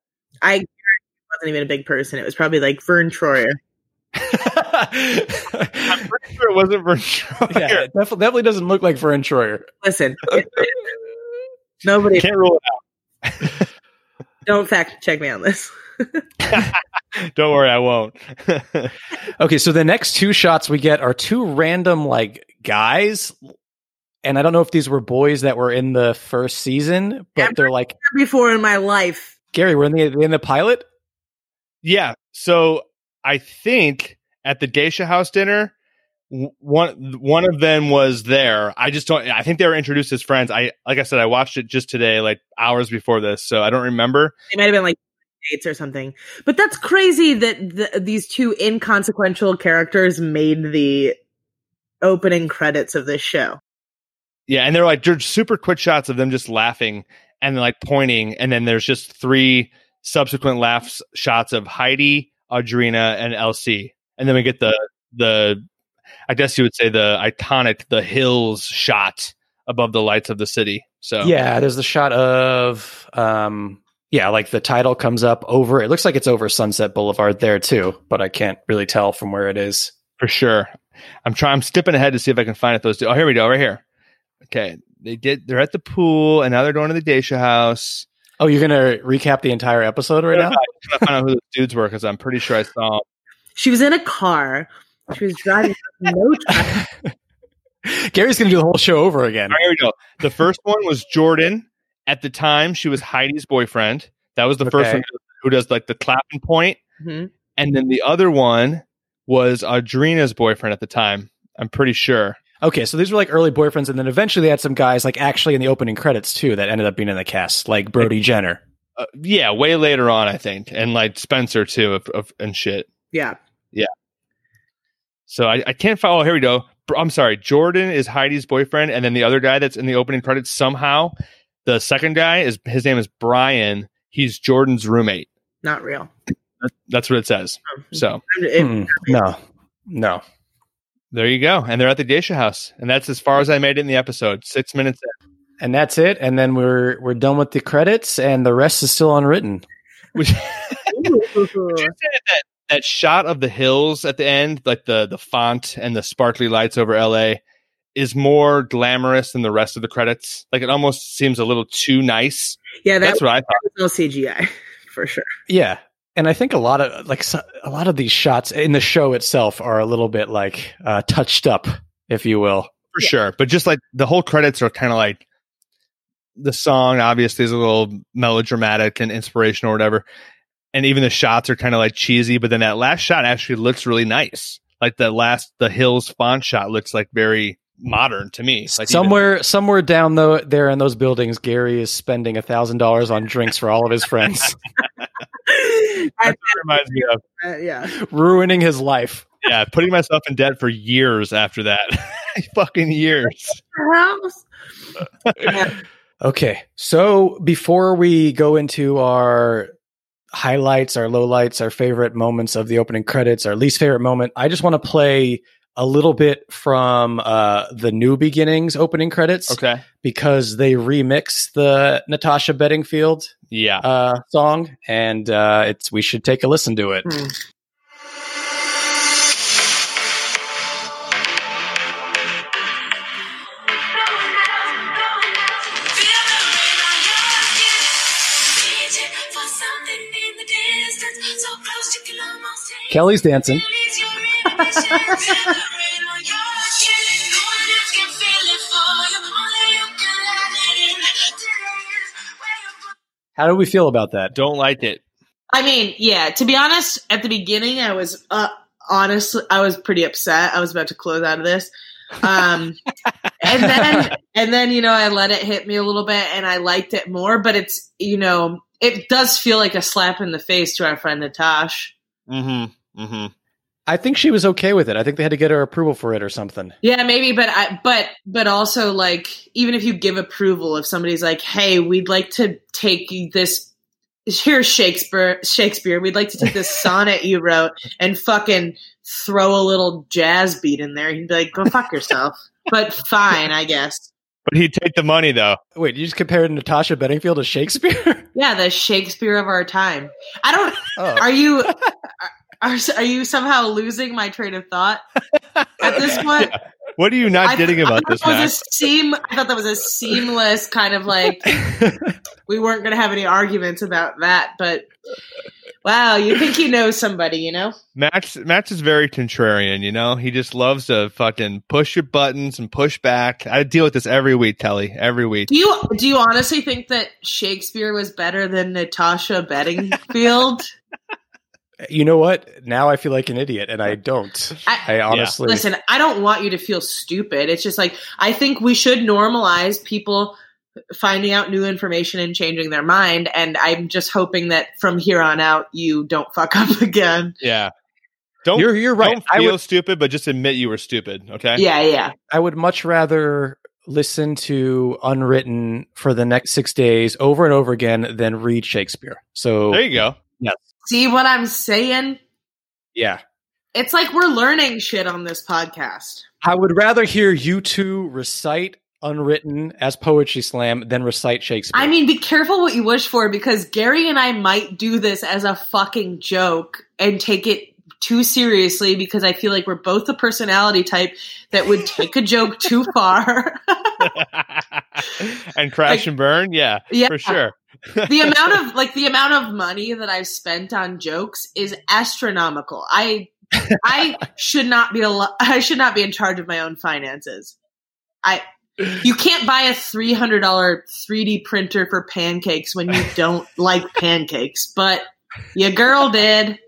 I wasn't even a big person. It was probably like Vern Troyer.
yeah,
Pretty sure it wasn't Vern Troyer.
it def- definitely doesn't look like Vern Troyer.
Listen, nobody
Can't rule it
don't fact check me on this.
Don't worry, I won't.
Okay, so the next two shots we get are two random like guys, and I don't know if these were boys that were in the first season, but they're like,
Before in my life.
Gary, we're in the in the pilot.
yeah. So I think at the Geisha House dinner, w- one one of them was there. I just don't. I think they were introduced as friends. I like I said, I watched it just today, like hours before this, so I don't remember.
They might have been like dates or something. But that's crazy that the, these two inconsequential characters made the opening credits of this show.
Yeah, and they're like they're super quick shots of them just laughing and like pointing, and then there's just three subsequent laughs shots of Heidi, Audrina, and LC, and then we get the the I guess you would say the iconic the hills shot above the lights of the city. So
Yeah, there's the shot of um yeah, like the title comes up over. It looks like it's over Sunset Boulevard there too, but I can't really tell from where it is.
for sure, I'm trying. I'm stepping ahead to see if I can find it. Those two. Oh, here we go, right here. Okay, they did. They're at the pool, and now they're going to the Dacia house.
Oh, you're gonna recap the entire episode right now?
I'm trying to find out who those dudes were because I'm pretty sure I saw.
She was in a car. She was driving no traffic.
Gary's gonna do the whole show over again.
All right, here we go. The first one was Jordan. At the time, she was Heidi's boyfriend. That was the first
Okay.
one who does like the clapping point.
Mhm.
And then the other one was Audrina's boyfriend at the time. I'm pretty sure.
Okay, so these were like early boyfriends, and then eventually they had some guys like actually in the opening credits too that ended up being in the cast, like Brody Jenner.
Uh, yeah, way later on, I think. And like Spencer too, of, of, and shit.
Yeah.
So I, I can't find. Oh, here we go. Br- I'm sorry. Jordan is Heidi's boyfriend. And then the other guy that's in the opening credits somehow, the second guy is his name is Brian. He's Jordan's roommate.
Not real. Um,
That's what it says. So.
It-
Hmm, no, no.
There you go. And they're at the Geisha House. And that's as far as I made it in the episode. Six minutes in.
And that's it. And then we're we're done with the credits, and the rest is still unwritten.
Which that, that shot of the hills at the end, like the the font and the sparkly lights over LA, is more glamorous than the rest of the credits. Like it almost seems a little too nice.
yeah, that
That's what I thought.
was no CGI for sure.
Yeah, and I think a lot of like so- a lot of these shots in the show itself are a little bit like uh, touched up, if you will.
for sure. But just like the whole credits are kind of like the song obviously is a little melodramatic and inspirational or whatever. And even the shots are kind of like cheesy, but then that last shot actually looks really nice. Like the last the hills font shot looks like very modern to me. Like even-
somewhere somewhere down though there in those buildings, Gary is spending a thousand dollars on drinks for all of his friends,
I,
reminds me of
uh, yeah.
ruining his life.
yeah, putting myself in debt for years after that. Fucking years.
House.
Okay. So before we go into our highlights, our lowlights, our favorite moments of the opening credits, our least favorite moment, I just want to play a little bit from uh, the New Beginnings opening credits
Okay.
because they remix the Natasha Bedingfield
Yeah.
uh, song, and uh, it's we should take a listen to it.
Hmm.
Kelly's dancing. How do we feel about that?
Don't like it.
I mean, yeah. To be honest, at the beginning, I was uh, honestly, I was pretty upset. I was about to close out of this, um, and then and then you know, I let it hit me a little bit, and I liked it more. But it's you know, it does feel like a slap in the face to our friend Natash.
Mm-hmm. Mm-hmm.
I think she was okay with it. I think they had to get her approval for it or something.
Yeah, maybe, but I but but also like even if you give approval, if somebody's like, "Hey, we'd like to take this." Here's Shakespeare. Shakespeare. We'd like to take this sonnet you wrote and fucking throw a little jazz beat in there. He'd be like, "Go fuck yourself." But fine, I guess.
But he'd take the money though.
Wait, you just compared Natasha Bedingfield to Shakespeare?
Yeah, the Shakespeare of our time. I don't.
Oh.
Are you? Are, are, are you somehow losing my train of thought at this point?
What are you not getting
thought-
about
I
this,
thought that
Max?
was a seam. I thought that was a seamless kind of like we weren't going to have any arguments about that, but Wow, you think you know somebody, you know?
Max Max is very contrarian, you know. He just loves to fucking push your buttons and push back. I deal with this every week, Telly. Every week.
Do you do you honestly think that Shakespeare was better than Natasha Bedingfield?
You know what? Now I feel like an idiot, and I don't.
I,
I honestly.
listen, I don't want you to feel stupid. It's just like I think we should normalize people finding out new information and changing their mind and I'm just hoping that from here on out you don't fuck up again.
Yeah. Don't
you're you're right.
don't
I
feel
would
stupid, but just admit you were stupid. Okay.
Yeah, yeah.
I would much rather listen to Unwritten for the next six days over and over again than read Shakespeare.
There
So
you go.
See what I'm saying?
yeah,
It's like we're learning shit on this podcast.
I would rather hear you two recite Unwritten as poetry slam than recite Shakespeare.
I mean, be careful what you wish for because Gary and I might do this as a fucking joke and take it too seriously because I feel like we're both the personality type that would take a joke too far.
and crash
Like-
and burn. Yeah,
yeah.
for sure.
the amount of like the amount of money that I've spent on jokes is astronomical. I I should not be al- I should not be in charge of my own finances. I you can't buy a $300 3D printer for pancakes when you don't like pancakes, but your girl did.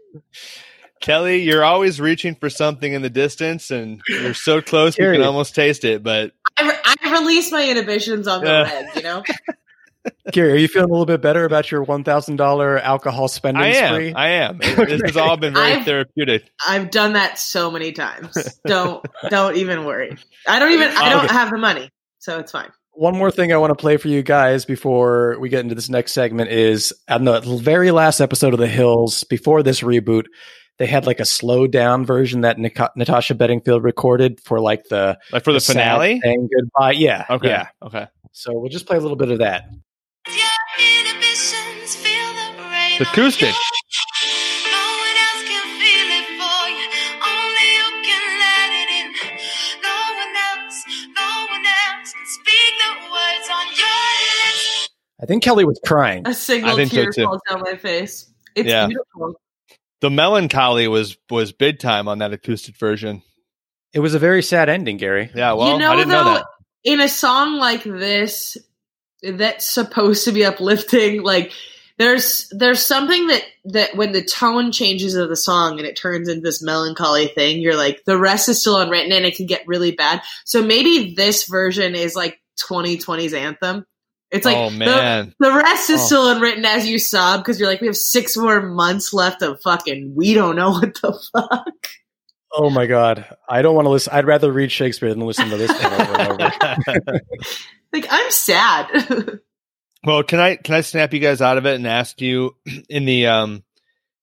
Kelly, you're always reaching for something in the distance, and you're so close you
Period.
can almost taste it. But
I, re- I released my inhibitions on the
Yeah.
leg, you know?
Gary, are you feeling a little bit better about your one thousand dollar alcohol spending
I
spree?
am. I am. It- This has all been very
I've-
therapeutic.
I've done that so many times. Don't don't even worry. I don't even I don't
Okay.
have the money, so it's fine.
One more thing I want to play for you guys before we get into this next segment is on the very last episode of The Hills before this reboot, they had like a slowed down version that Nic- Natasha Bedingfield recorded for like the
Like for the,
sad
finale.
thing goodbye. Yeah,
Okay.
yeah.
Okay.
So we'll just play a little bit of that.
Inhibitions feel the rain
It's acoustic.
No one else can feel it for you. Only you can let it in. No one else, no one else can speak the words on your lips.
I think Kelly was crying.
A single
think so,
tear
too.
falls down my face. It's
Yeah.
beautiful.
The melancholy was was big time on that acoustic version.
It was a very sad ending, Gary.
Yeah. Oh, Well,
you know,
I didn't
though,
know that.
in a song like this, that's supposed to be uplifting. Like there's there's something that that when the tone changes of the song and it turns into this melancholy thing, you're like the rest is still unwritten and it can get really bad. So maybe this version is like 2020's anthem. It's like
oh
the-
man.
The rest is
Oh.
still unwritten as you sob because you're like, we have six more months left of fucking, we don't know what the fuck.
Oh my god, I don't want to listen. I'd rather read Shakespeare than listen to this thing over and over.
Like, I'm sad.
Well, can I can I snap you guys out of it and ask you in the um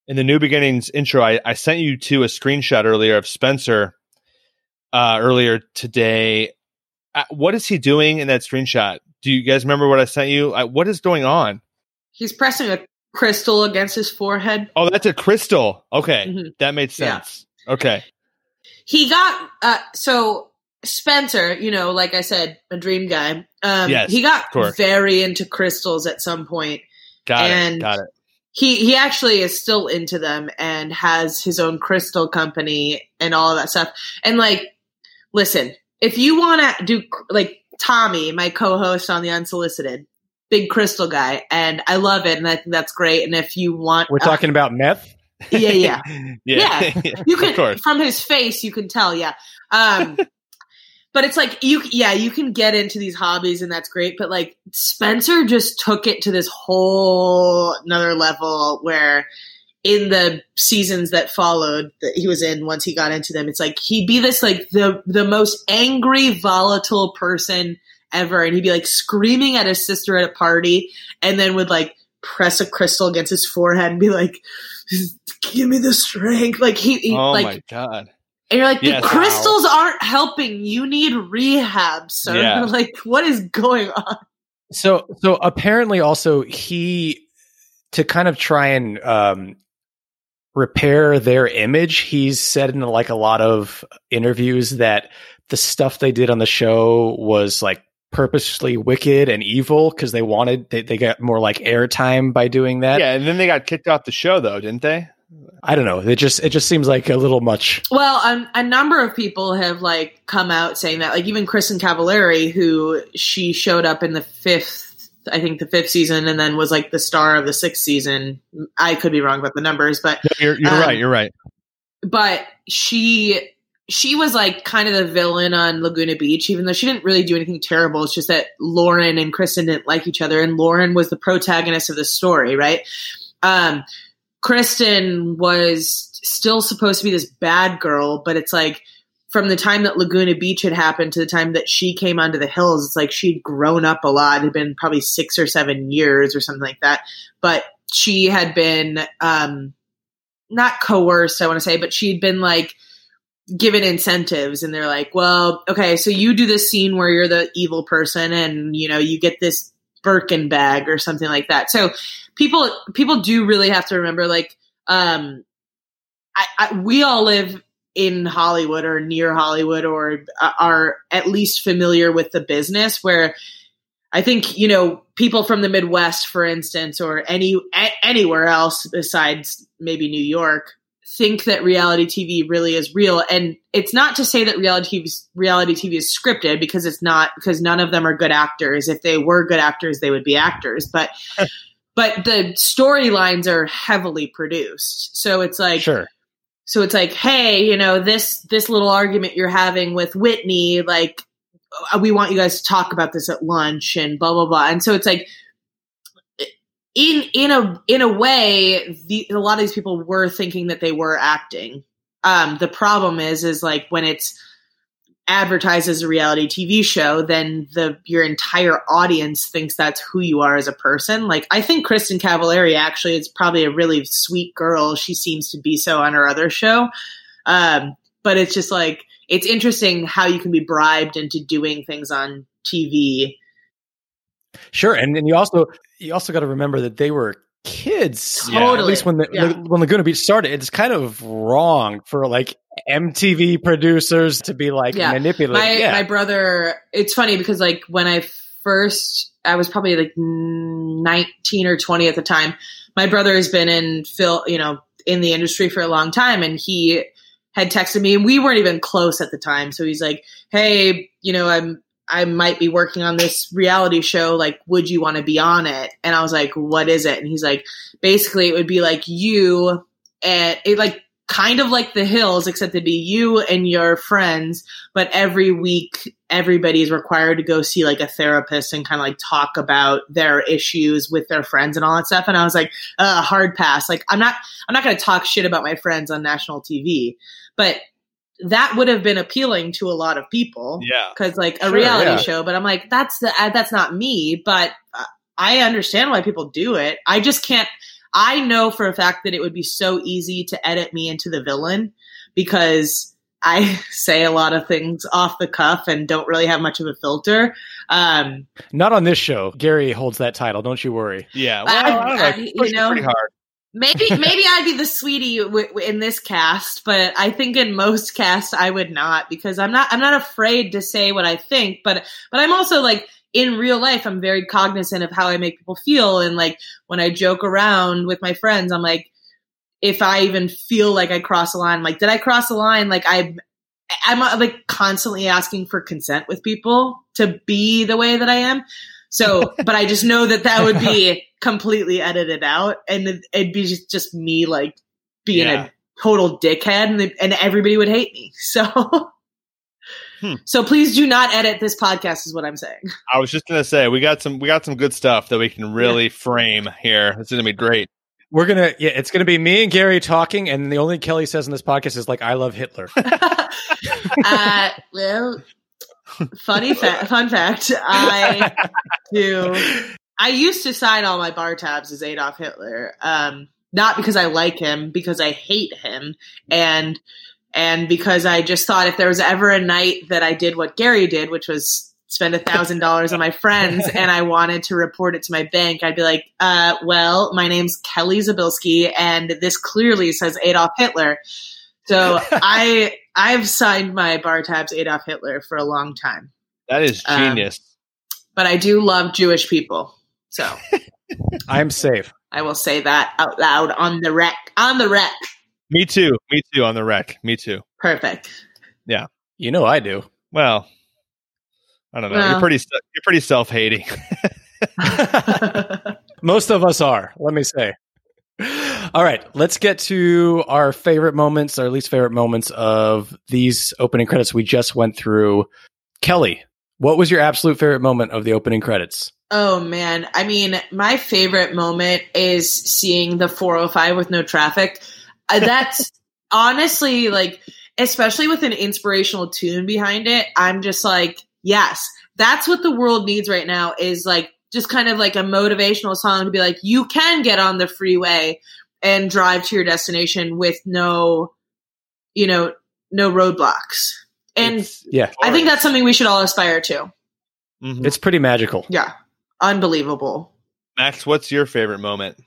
in the new beginnings intro? I, I sent you to a screenshot earlier of Spencer uh, earlier today. Uh, what is he doing in that screenshot? Do you guys remember what I sent you? Uh, what is going on?
He's pressing a crystal against his forehead.
Oh, that's a crystal. Okay,
Mhm.
that made
Yeah.
sense. Okay,
He got, uh, so Spencer, you know, like I said, a dream guy. Um,
Yes,
he
of
got
course.
very into crystals at some point.
got it.
And-
Got it.
he he actually is still into them and has his own crystal company and all of that stuff. And like, listen, if you want to do like Tommy, my co-host on the Unsolicited, big crystal guy, and I love it, and I think that's great. And if you want,
We're talking about meth.
uh, yeah, yeah,
Yeah,
you
of
can
course.
from his face, you can tell, yeah. Um, but it's like you, yeah, you can get into these hobbies, and that's great. But like Spencer just took it to this whole another level where, in the seasons that followed that he was in, once he got into them, it's like he'd be this like the the most angry, volatile person ever, and he'd be like screaming at his sister at a party, and then would like press a crystal against his forehead and be like give me the strength like he, he
Oh
E, like
my god.
and you're like, the
Yes.
crystals aren't helping. You need rehab, sir.
Yeah.
like, what is going on?
So, so apparently, also he to kind of try and um, repair their image. He's said in like a lot of interviews that the stuff they did on the show was like purposely wicked and evil because they wanted they, they got more like airtime by doing that.
yeah, and then they got kicked off the show though, didn't they?
I don't know. It just it just seems like a little much.
Well, um, a number of people have like come out saying that, like even Kristen Cavallari, who she showed up in the fifth, I think the fifth season, and then was like the star of the sixth season. I could be wrong about the numbers, but
No, you're you're
Um,
right. You're right.
but she she was like kind of the villain on Laguna Beach, even though she didn't really do anything terrible. It's just that Lauren and Kristen didn't like each other, and Lauren was the protagonist of the story, right? Um, Kristen was still supposed to be this bad girl, but it's like from the time that Laguna Beach had happened to the time that she came onto the hills, it's like she'd grown up a lot. It had been probably six or seven years or something like that. But she had been um, not coerced, I want to say, but she'd been like given incentives and they're like, well, okay, so you do this scene where you're the evil person and you know, you get this Birkin bag or something like that. So people, people do really have to remember like, um, I, I, we all live in Hollywood or near Hollywood or uh, are at least familiar with the business where I think you know people from the Midwest, for instance, or any a- anywhere else besides maybe New York, think that reality TV really is real. And it's not to say that reality TV is, reality TV is scripted because it's not because none of them are good actors. If they were good actors, they would be actors. But but the storylines are heavily produced, so it's like
sure.
so it's like, hey, you know, this this little argument you're having with Whitney, like uh, we want you guys to talk about this at lunch and blah blah blah. And so it's like in in a in a way, the, a lot of these people were thinking that they were acting. Um, the problem is is like when it's advertised as a reality TV show, then the your entire audience thinks that's who you are as a person. Like I think Kristen Cavallari actually is probably a really sweet girl. She seems to be so on her other show. Um, but it's just like it's interesting how you can be bribed into doing things on TV.
Sure, and then you also you also got to remember that they were kids.
Yeah.
At least when the,
Yeah.
when Laguna Beach started, it's kind of wrong for like MTV producers to be like
Yeah.
manipulating.
my
yeah,
my brother it's funny because like when i first i was probably like 19 or 20 at the time my brother has been in phil you know in the industry for a long time and he had texted me and we weren't even close at the time so he's like hey you know i'm i might be working on this reality show like would you want to be on it and i was like what is it and he's like basically it would be like you and it like kind of like the hills except it'd be you and your friends but every week everybody is required to go see like a therapist and kind of like talk about their issues with their friends and all that stuff and i was like uh hard pass like i'm not i'm not going to talk shit about my friends on national tv but that would have been appealing to a lot of people
Yeah.
because like a
Sure,
reality
yeah.
show but i'm like that's the uh, that's not me but uh, i understand why people do it i just can't i know for a fact that it would be so easy to edit me into the villain because i say a lot of things off the cuff and don't really have much of a filter um
not on this show. Gary holds that title. Don't you worry.
Yeah.
I-
Well, I, don't know.
I-
It's
you
pushing
know-
pretty hard.
maybe maybe i'd be the sweetie w- w- in this cast but i think in most casts i would not because i'm not i'm not afraid to say what i think but but i'm also like in real life i'm very cognizant of how i make people feel and like when i joke around with my friends i'm like if i even feel like i cross a line like did i cross a line like i'm i'm uh, like constantly asking for consent with people to be the way that i am so, but I just know that that would be completely edited out, and it- it'd be just, just me like being
Yeah.
a total dickhead, and, they- and everybody would hate me. So,
Hmm.
so please do not edit this podcast, is what I'm saying.
I was just gonna say we got some we got some good stuff that we can really frame here. It's gonna be great.
We're gonna yeah, it's gonna be me and Gary talking, and the only Kelly says in this podcast is like, "I love Hitler."
uh, well, funny fa- fun fact, I do. I used to sign all my bar tabs as Adolf Hitler, um, not because I like him, because I hate him, and and because I just thought if there was ever a night that I did what Gary did, which was spend a thousand dollars on my friends, and I wanted to report it to my bank, I'd be like, uh, "Well, my name's Kelly Zabilski, and this clearly says Adolf Hitler." So I I've signed my bar tabs Adolf Hitler for a long time.
That is
Um,
genius.
but I do love Jewish people. So
I'm safe.
I will say that out loud on the rec. On the rec.
Me too. Me too on the wreck. Me too.
Perfect.
You know I do.
Well, I don't know.
Well.
You're pretty se- you're pretty self-hating.
Most of us are, let me say. All right, let's get to our favorite moments, our least favorite moments of these opening credits we just went through. Kelly, what was your absolute favorite moment of the opening credits?
Oh man, I mean, my favorite moment is seeing the 405 with no traffic. Uh, That's honestly like especially with an inspirational tune behind it, I'm just like, yes, that's what the world needs right now is like just kind of like a motivational song to be like you can get on the freeway and drive to your destination with no you know, no roadblocks. And
It's-
Yeah,
I think that's something we should all aspire to.
Mhm.
it's pretty magical.
Yeah. Unbelievable.
Max, what's your favorite moment?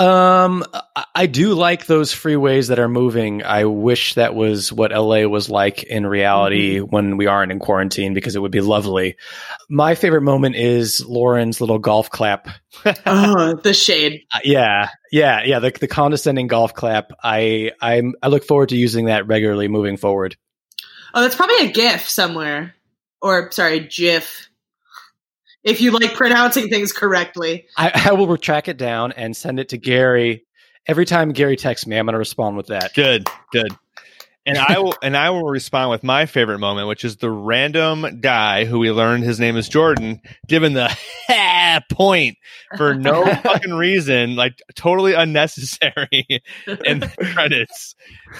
Um, I- I do like those freeways that are moving. I wish that was what LA was like in reality when we aren't in quarantine because it would be lovely. My favorite moment is Lauren's little golf clap
oh, the shade.
Uh, yeah yeah yeah the, the condescending golf clap i i'm i look forward to using that regularly moving forward
Oh, that's probably a GIF somewhere, or sorry, GIF. If you like pronouncing things correctly,
i, I will track it down and send it to gary every time gary texts me i'm going to respond with that
Good, good. And I will and I will respond with my favorite moment, which is the random guy who we learned his name is Jordan, given the point for no fucking reason, like totally unnecessary in the credits.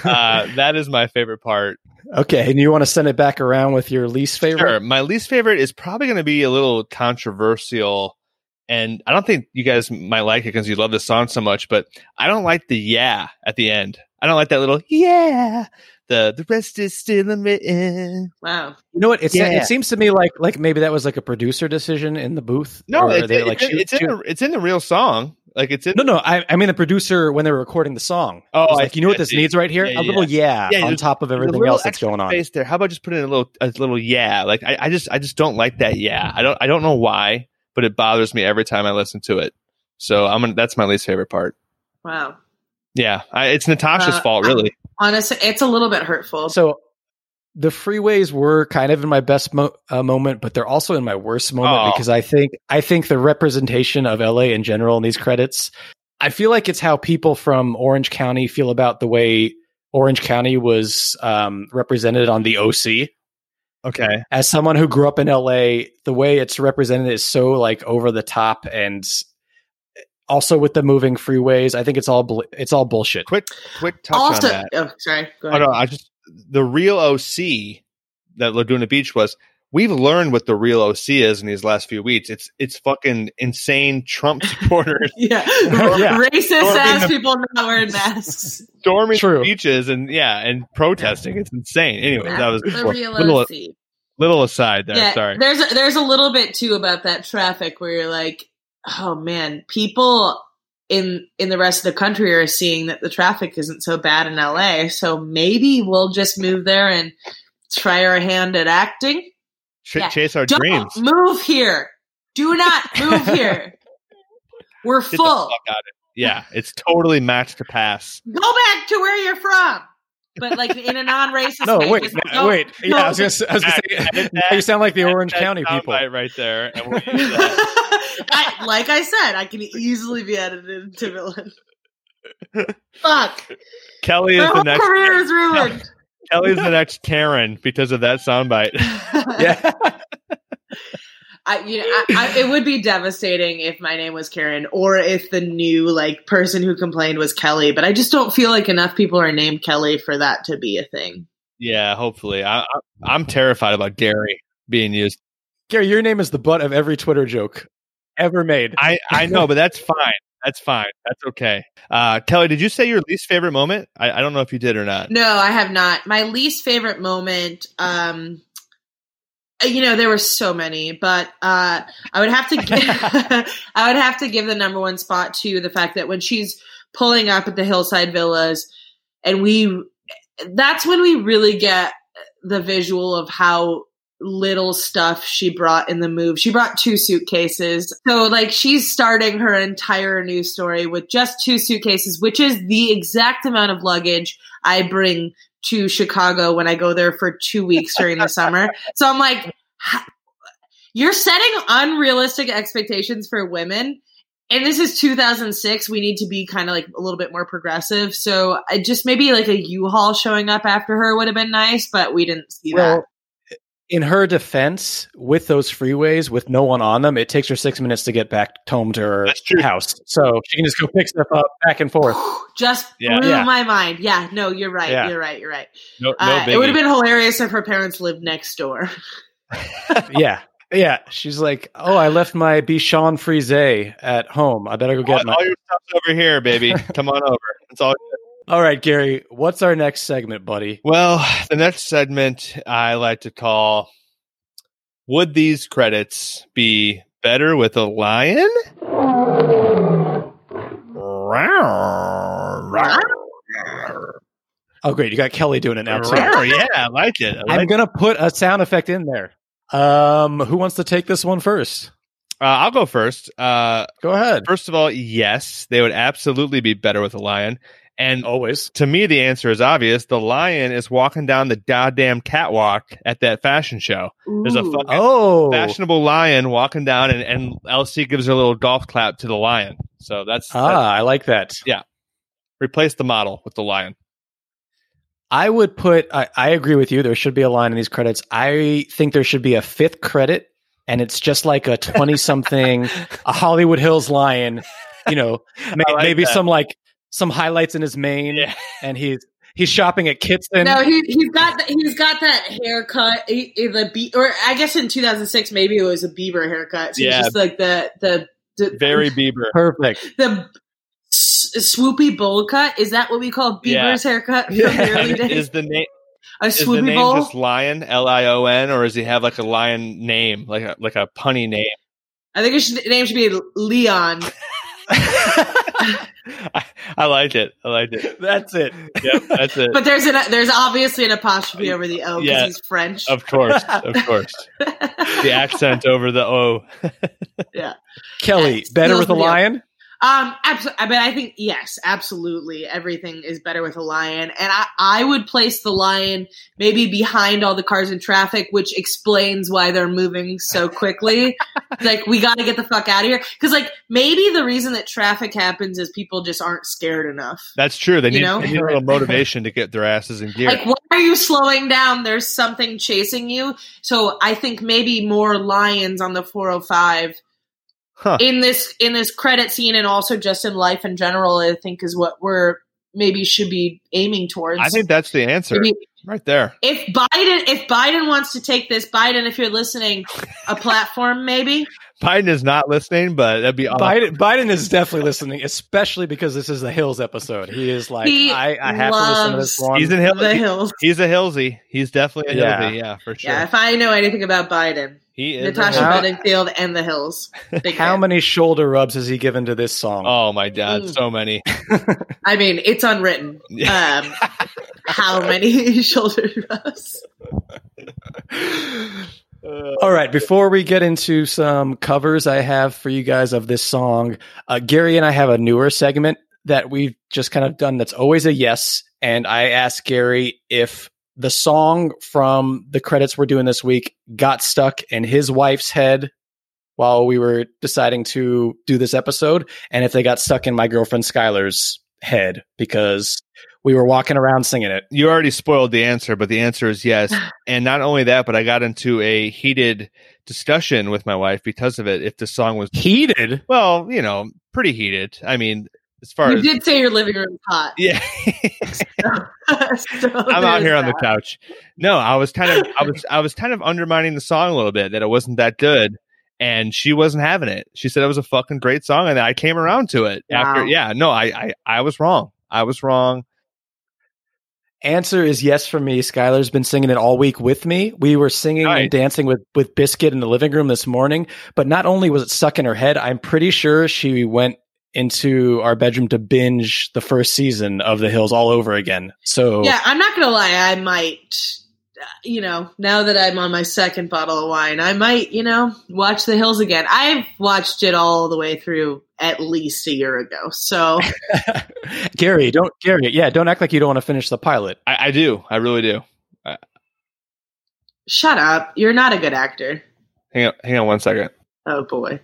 Uh, that is my favorite part.
okay and you want to send it back around with your least
Sure.
favorite
My least favorite is probably going to be a little controversial. And I don't think you guys might like it because you love this song so much, but I don't like the yeah at the end. I don't like that little yeah. The the rest is still in written.
wow.
you know what it's,
Yeah.
it seems to me like like maybe that was like a producer decision in the booth
No,
or
it's,
they,
it's
like
in,
shoot-
it's, in
shoot-
the, it's in the real song. Like it's in.
no, no. I, I mean the producer when they were recording the song.
Oh,
was
I
like you know
see,
what
I
this
see.
needs right here?
Yeah,
a little yeah,
Yeah,
on
there's-
top of
there's a
everything
little
else that's
extra
going on.
Space there. How about just put in a little a little yeah? Like I, I just I just don't like that yeah. I don't I don't know why, but it bothers me every time I listen to it. So I'm gonna, that's my least favorite part.
Wow.
Yeah, I, it's Natasha's
Uh,
fault,
I-
really.
Honestly, it's a little bit hurtful.
So the freeways were kind of in my best mo- uh, moment, but they're also in my worst moment
Oh.
because I think I think the representation of LA in general in these credits, I feel like it's how people from Orange County feel about the way Orange County was um, represented on the OC.
Okay.
As someone who grew up in LA, the way it's represented is so like over the top and eh, also with the moving freeways, I think it's all bl- it's all bullshit.
Quick, quick touch
also,
on that.
oh, sorry. Go
Oh
ahead.
no, I just the real OC that Laguna Beach was. We've learned what the real OC is in these last few weeks. It's it's fucking insane Trump supporters
Yeah.
Yeah.
Racist
Or
ass
in
people not wearing masks.
storming
True.
beaches and yeah and protesting. It's insane. Anyway, that was
the real
little
OC.
little aside there. Sorry.
There's a, there's a little bit too about that traffic where you're like, oh man, people in in the rest of the country are seeing that the traffic isn't so bad in LA, so maybe we'll just move there and try our hand at acting.
Ch-
yeah.
Chase our
Don't
dreams. Get
move here. Do not move here. We're
the
full.
fuck out of- Yeah, it's totally match to pass.
Go back to where you're from. But like in a non-racist
No,
way.
wait,
just
no,
don't-
wait. Yeah, I was gonna, s- I was gonna say,
Edit
now
that.
you sound like the Orange
That
County
soundbite
people.
right there. And uh, we'll use that.
I, like I said, I can easily be edited into villain. Fuck.
Kelly
My
is the
whole
next.
career is ruined.
Kelly's the next Karen because of that soundbite.
Yeah,
I, you know, I, I, it would be devastating if my name was Karen or if the new like person who complained was Kelly, but I just don't feel like enough people are named Kelly for that to be a thing.
Yeah, hopefully. I, I, I'm terrified about Gary being used.
Gary, your name is the butt of every Twitter joke ever made.
I, I know, but that's fine. That's fine. That's okay. Uh, Kelly, did you say your least favorite moment? I, I don't know if you did or not.
No, I have not. My least favorite moment, um uh, you know, there were so many, but uh I would have to give, I would have to give the number one spot to the fact that when she's pulling up at the hillside villas and we that's when we really get the visual of how little stuff she brought in the move. She brought two suitcases. So like she's starting her entire new story with just two suitcases, which is the exact amount of luggage I bring to Chicago when I go there for 2 weeks during the summer. So I'm like "H- you're setting unrealistic expectations for women. And this is 2006. We need to be kind of like a little bit more progressive. So I just maybe like a U-Haul showing up after her would have been nice, but we didn't see that.
Well, in her defense, with those freeways with no one on them, it takes her six minutes to get back home to her
That's true.
house. So she can just go pick stuff up back and forth.
just
Yeah.
blew
Yeah.
my mind. Yeah, no, you're right.
Yeah.
You're right. You're right.
No, no
Uh, it
biggie.
would have been hilarious if her parents lived next door.
yeah. Yeah. She's like, Oh, I left my Bichon Frise at home. I better go
all,
get my
all your stuff's over here, baby. Come on over. It's all
All right, Gary, what's our next segment, buddy?
Well, the next segment I like to call Would these credits be better with a lion?
Oh great, you got Kelly doing it now too.
yeah, I like it. I
I'm
like-
gonna put a sound effect in there. Um, who wants to take this one first?
uh, I'll go first. Uh,
Go ahead.
first of all, yes, they would absolutely be better with a lion. And
Always.
to me, the answer is obvious. The lion is walking down the goddamn catwalk at that fashion show. There's a
Ooh.
fucking
Oh,
fashionable lion walking down, and, and Elsie gives her a little golf clap to the lion. So that's, that's-
ah, I like that.
replace the model with the lion.
I would put. I, I agree with you. There should be a line in these credits. I think there should be a fifth credit, and it's just like a twenty-something, a Hollywood Hills lion. You know, may,
I like
maybe
that.
some like some highlights in his mane,
Yeah.
and he's he's shopping at Kitson.
no, he, he's got the, he's got that haircut. He, he- the be- or I guess in 2006 maybe it was a Bieber haircut. So
Yeah.
yeah, just like the the, the
Very Bieber.
Perfect.
the s- swoopy bowl cut. Is that what we call Bieber's haircut from the early
And
days?
is the name
a
is the
swoopy
name
bowl.
just lion L I O N or does he have like a lion name like a like a punny name?
I think his sh- name should be Leon.
I, I liked it. I liked it.
That's it.
Yep, that's it.
But there's an there's obviously an apostrophe over the O because
Yeah.
he's French.
of course, of course. The accent over the O.
Kelly,
Yes,
better
feels
with a
real.
lion.
Um, absolutely. But I think yes, absolutely. Everything is better with a lion, and I I would place the lion maybe behind all the cars in traffic, which explains why they're moving so quickly. like we got to get the fuck out of here because like maybe the reason that traffic happens is people just aren't scared enough.
That's true. They
You
need,
know?
they need a little motivation to get their asses in gear.
Like, why are you slowing down? There's something chasing you. So I think maybe more lions on the 405
Huh.
in this in this credit scene, and also just in life in general. I think is what we're maybe should be aiming towards.
I think that's the answer
Maybe-
right there.
if Biden if Biden wants to take this, Biden, if you're listening, a platform maybe.
Biden is not listening, but that'd be awesome.
Biden, Biden is definitely listening, especially because this is the Hills episode. He is like,
He
I, I have to listen to this
loves-
one.
He's in Hill-
the hills.
He's a hillsy. He's definitely a
Yeah.
hillsy. Yeah, for sure.
Yeah, if I know anything about Biden,
he is. a
Natasha
How-
Bedingfield and the hills. Big
How
fan.
many shoulder rubs has he given to this song?
Oh my god,
Mm.
so many.
I mean, it's unwritten. Um, how many shoulder rubs?
All right, before we get into some covers I have for you guys of this song, uh, Gary and I have a newer segment that we've just kind of done that's always a yes. And I asked Gary if the song from the credits we're doing this week got stuck in his wife's head while we were deciding to do this episode, and if they got stuck in my girlfriend Skylar's head because we were walking around singing it.
you already spoiled the answer, but the answer is yes. And not only that, but I got into a heated discussion with my wife because of it. If the song was
Heated.
well, you know, pretty heated. I mean, as far
You
as
did say your living room is hot.
yeah,
So
I'm out
there's
here on the
that.
couch. No, I was kind of, I was, I was kind of undermining the song a little bit that it wasn't that good, and she wasn't having it. She said it was a fucking great song, and I came around to it after.
Wow.
Yeah, no, I, I, I was wrong. I was wrong.
Answer is yes for me. Skylar's been singing it all week with me. We were singing
Nice.
and dancing with with Biscuit in the living room this morning. But not only was it stuck in her head, I'm pretty sure she went into our bedroom to binge the first season of The Hills all over again. So
Yeah, I'm not gonna lie. I might. uh, you know, now that I'm on my second bottle of wine, I might, you know, watch The Hills again. I've watched it all the way through at least a year ago. So
Gary, don't Gary, yeah, don't act like you don't want to finish the pilot.
I, I do. I really do.
shut up. You're not a good actor.
Hang on, hang on one second.
Oh boy.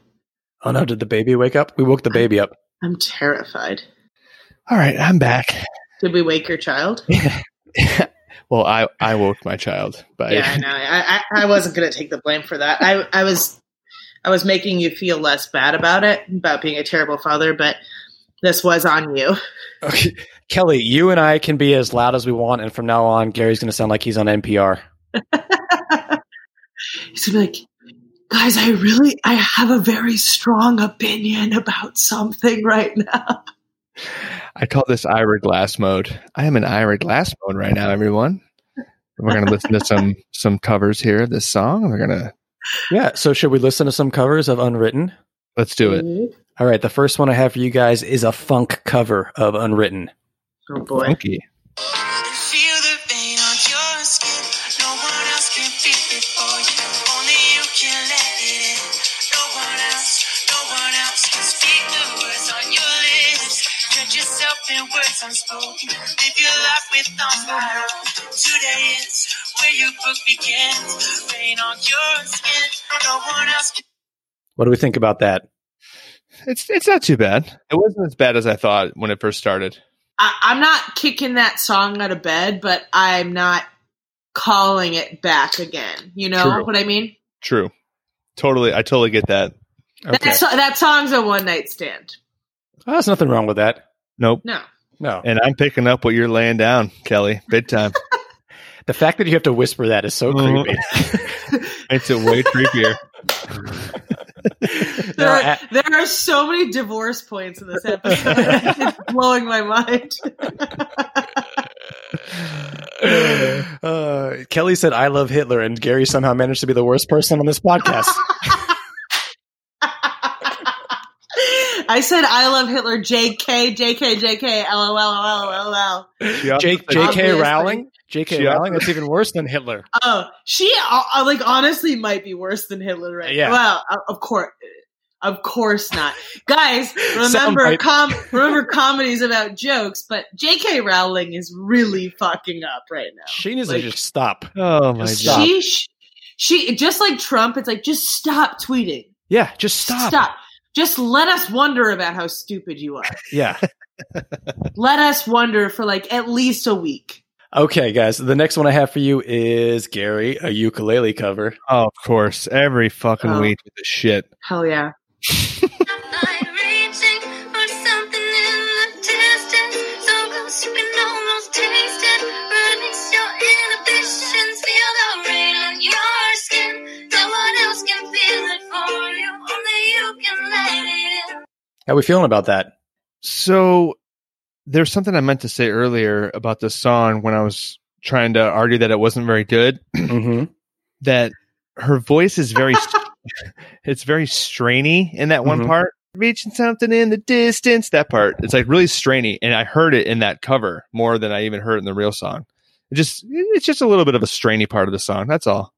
Oh no, did the baby wake up? We woke the baby up.
I'm terrified.
All right, I'm back.
Did we wake your child?
well, I I woke my child, but
Yeah, I know. I, I, I wasn't gonna take the blame for that. I, I was I was making you feel less bad about it, about being a terrible father, but this was on you.
Okay. Kelly, you and I can be as loud as we want, and from now on, Gary's going to sound like he's on NPR.
He's gonna be like, guys, I really I have a very strong opinion about something right now.
I call this Ira Glass mode. I am in Ira Glass mode right now, everyone. We're gonna listen to some some covers here of this song. We're gonna
Yeah. So, should we listen to some covers of Unwritten?
let's do it.
All right. The first one I have for you guys is a funk cover of Unwritten.
Oh boy.
Funky.
can feel the pain on your skin. No one else can feel it for you. Only you can let it in. No one else, no one else can speak the words on your lips. Judge yourself in words unspoken. Live your life with on my own. Today is where your book begins. Rain on your skin. No one else can.
What do we think about that?
It's it's not too bad. It wasn't as bad as I thought when it first started.
I, I'm not kicking that song out of bed, but I'm not calling it back again. You know
True.
what I mean?
True. Totally. I totally get that.
Okay.
That, so- that song's a one night stand.
Oh, there's nothing wrong with that.
Nope.
No.
No.
And I'm picking up what you're laying down, Kelly. Big time.
The fact that you have to whisper that is so
Mhm.
creepy.
Makes it way creepier.
There,
No,
are,
I-
there are so many divorce points in this episode. it's blowing my mind.
uh, Kelly said, I love Hitler, and Gary somehow managed to be the worst person on this podcast.
I said I love Hitler. JK, JK, JK, LOL, LOL, LOL.
She also
Jake,
said-
JK
Obviously.
Rowling? JK
She
Rowling? That's even worse than Hitler.
Oh, she uh, like honestly might be worse than Hitler right
Yeah.
now. Well, uh, of course, of course not, guys. Remember,
Soundbite.
com- remember, comedies about jokes, but J.K. Rowling is really fucking up right now.
She needs
Like-
to just stop.
Oh my
Just
god.
stop.
She, sh- she, just like Trump, it's like just stop tweeting,
Yeah, just stop.
Just let us wonder about how stupid you are.
Yeah.
let us wonder for like at least a week.
Okay, guys. The next one I have for you is Gary, a ukulele cover.
Oh, of course. Every fucking
Oh.
week with the shit.
Hell yeah.
I'm reaching for something in the distance, so close you can almost taste it. Release your inhibitions, feel the rain on your skin. No one else can feel it for you, only you can let it in.
How we feeling about that?
So there's something I meant to say earlier about this song when I was trying to argue that it wasn't very good.
Mm-hmm.
That her voice is very it's very strainy in that one
Mm-hmm.
Mhm.
part. Reaching something in the distance, that part. It's like really strainy. And I heard it in that cover more than I even heard it in the real song. It just it's just a little bit of a strainy part of the song. That's all.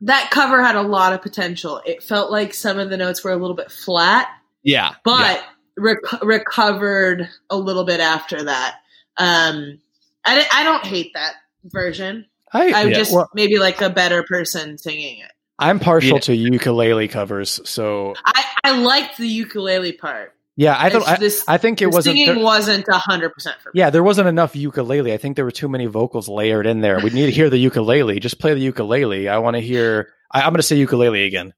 That cover had a lot of potential. It felt like some of the notes were a little bit flat,
Yeah.
but rec- recovered a little bit after that. Um, I, di- I don't hate that version.
I,
I would
yeah,
just
well,
maybe like a better person singing it.
I'm partial
Yeah.
to ukulele covers, so
I, I liked the ukulele part.
yeah, I don't.
It's
I,
this-
I think it
the
wasn't.
singing
there-
wasn't hundred percent for me.
yeah, there wasn't enough ukulele. I think there were too many vocals layered in there. We need to hear the ukulele. Just play the ukulele. I want to hear. I, I'm going to say ukulele again.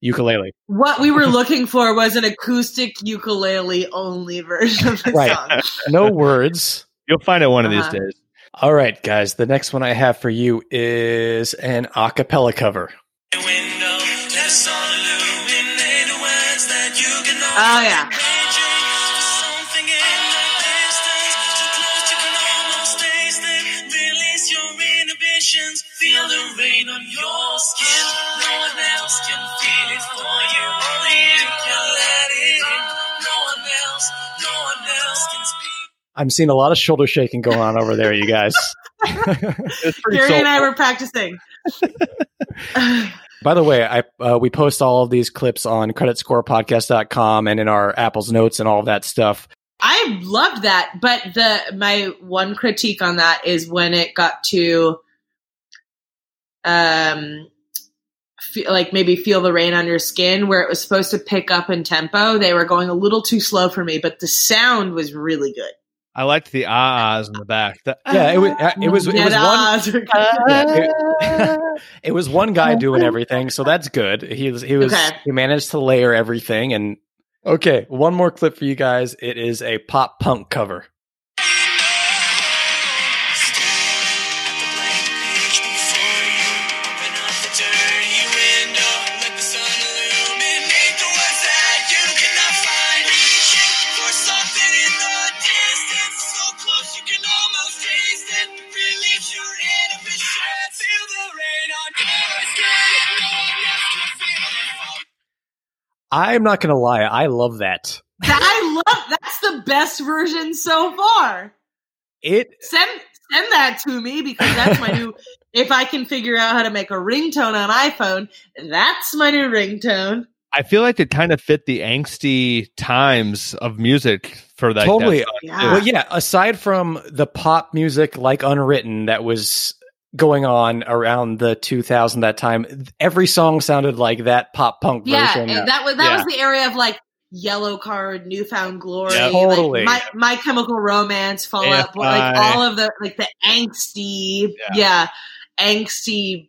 Ukulele.
What we were looking for was an acoustic ukulele only version of the
Right.
song.
No words.
You'll find it one of
Uh-huh.
these days.
All right, guys. The next one I have for you is an a cappella cover.
The window, let us all illuminate the words that you can know.
Oh yeah.
Reaching for something in the distance, so close you can almost taste it. Release your inhibitions, feel the rain on your skin. No one else can feel it for you, only you can let it in. No one else, no one else can speak.
I'm seeing a lot of shoulder shaking going on over there, you guys.
It's pretty
Gary and I
soulful.
were practicing.
By the way, I uh, we post all of these clips on creditscorepodcast.com and in our Apple's notes and all of that stuff.
I loved that, but the my one critique on that is when it got to um feel, like maybe feel the rain on your skin where it was supposed to pick up in tempo. They were going a little too slow for me, but the sound was really good.
I liked the ahs in the back. The,
Yeah, it was it was it
Yeah,
was one
the ahs were good.
Yeah, it, it was one guy doing everything, so that's good. He was he was
Okay.
he managed to layer everything and okay, one more clip for you guys. It is a pop punk cover. I'm not gonna lie, I love that.
I love that's the best version so far.
It
send send that to me because that's my new if I can figure out how to make a ringtone on iPhone, that's my new ringtone.
I feel like it kind of fit the angsty times of music for that.
Totally.
that song, too.
Yeah.
well, yeah. Aside from the pop music like Unwritten that was going on around the 2000 that time, every song sounded like that pop punk
Yeah,
version.
and that was that
Yeah.
was the area of like Yellow Card, Newfound Glory,
Yeah,
totally.
like my, my Chemical Romance, Fall Out Boy, like
AFI.
all of the like the angsty,
Yeah.
yeah, angsty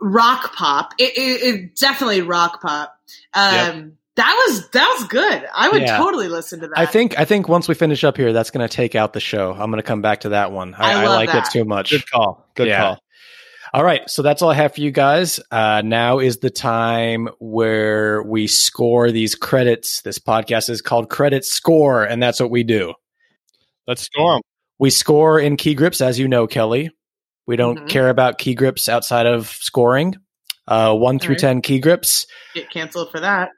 rock pop. It, it, it definitely rock pop. Um, That was that was good. I would
Yeah.
totally listen to that.
I think I think once we finish up here, that's going to take out the show. I'm going to come back to that one. I,
I
I,
love
like
that.
it too much.
Good call. Good
Yeah.
call.
All right, so that's all I have for you guys. Uh, now is the time where we score these credits. This podcast is called Credit Score, and that's what we do.
Let's storm.
We score in key grips, as you know, Kelly. We don't
Mhm.
care about key grips outside of scoring. Uh, one through
All right.
ten key grips.
get canceled for that.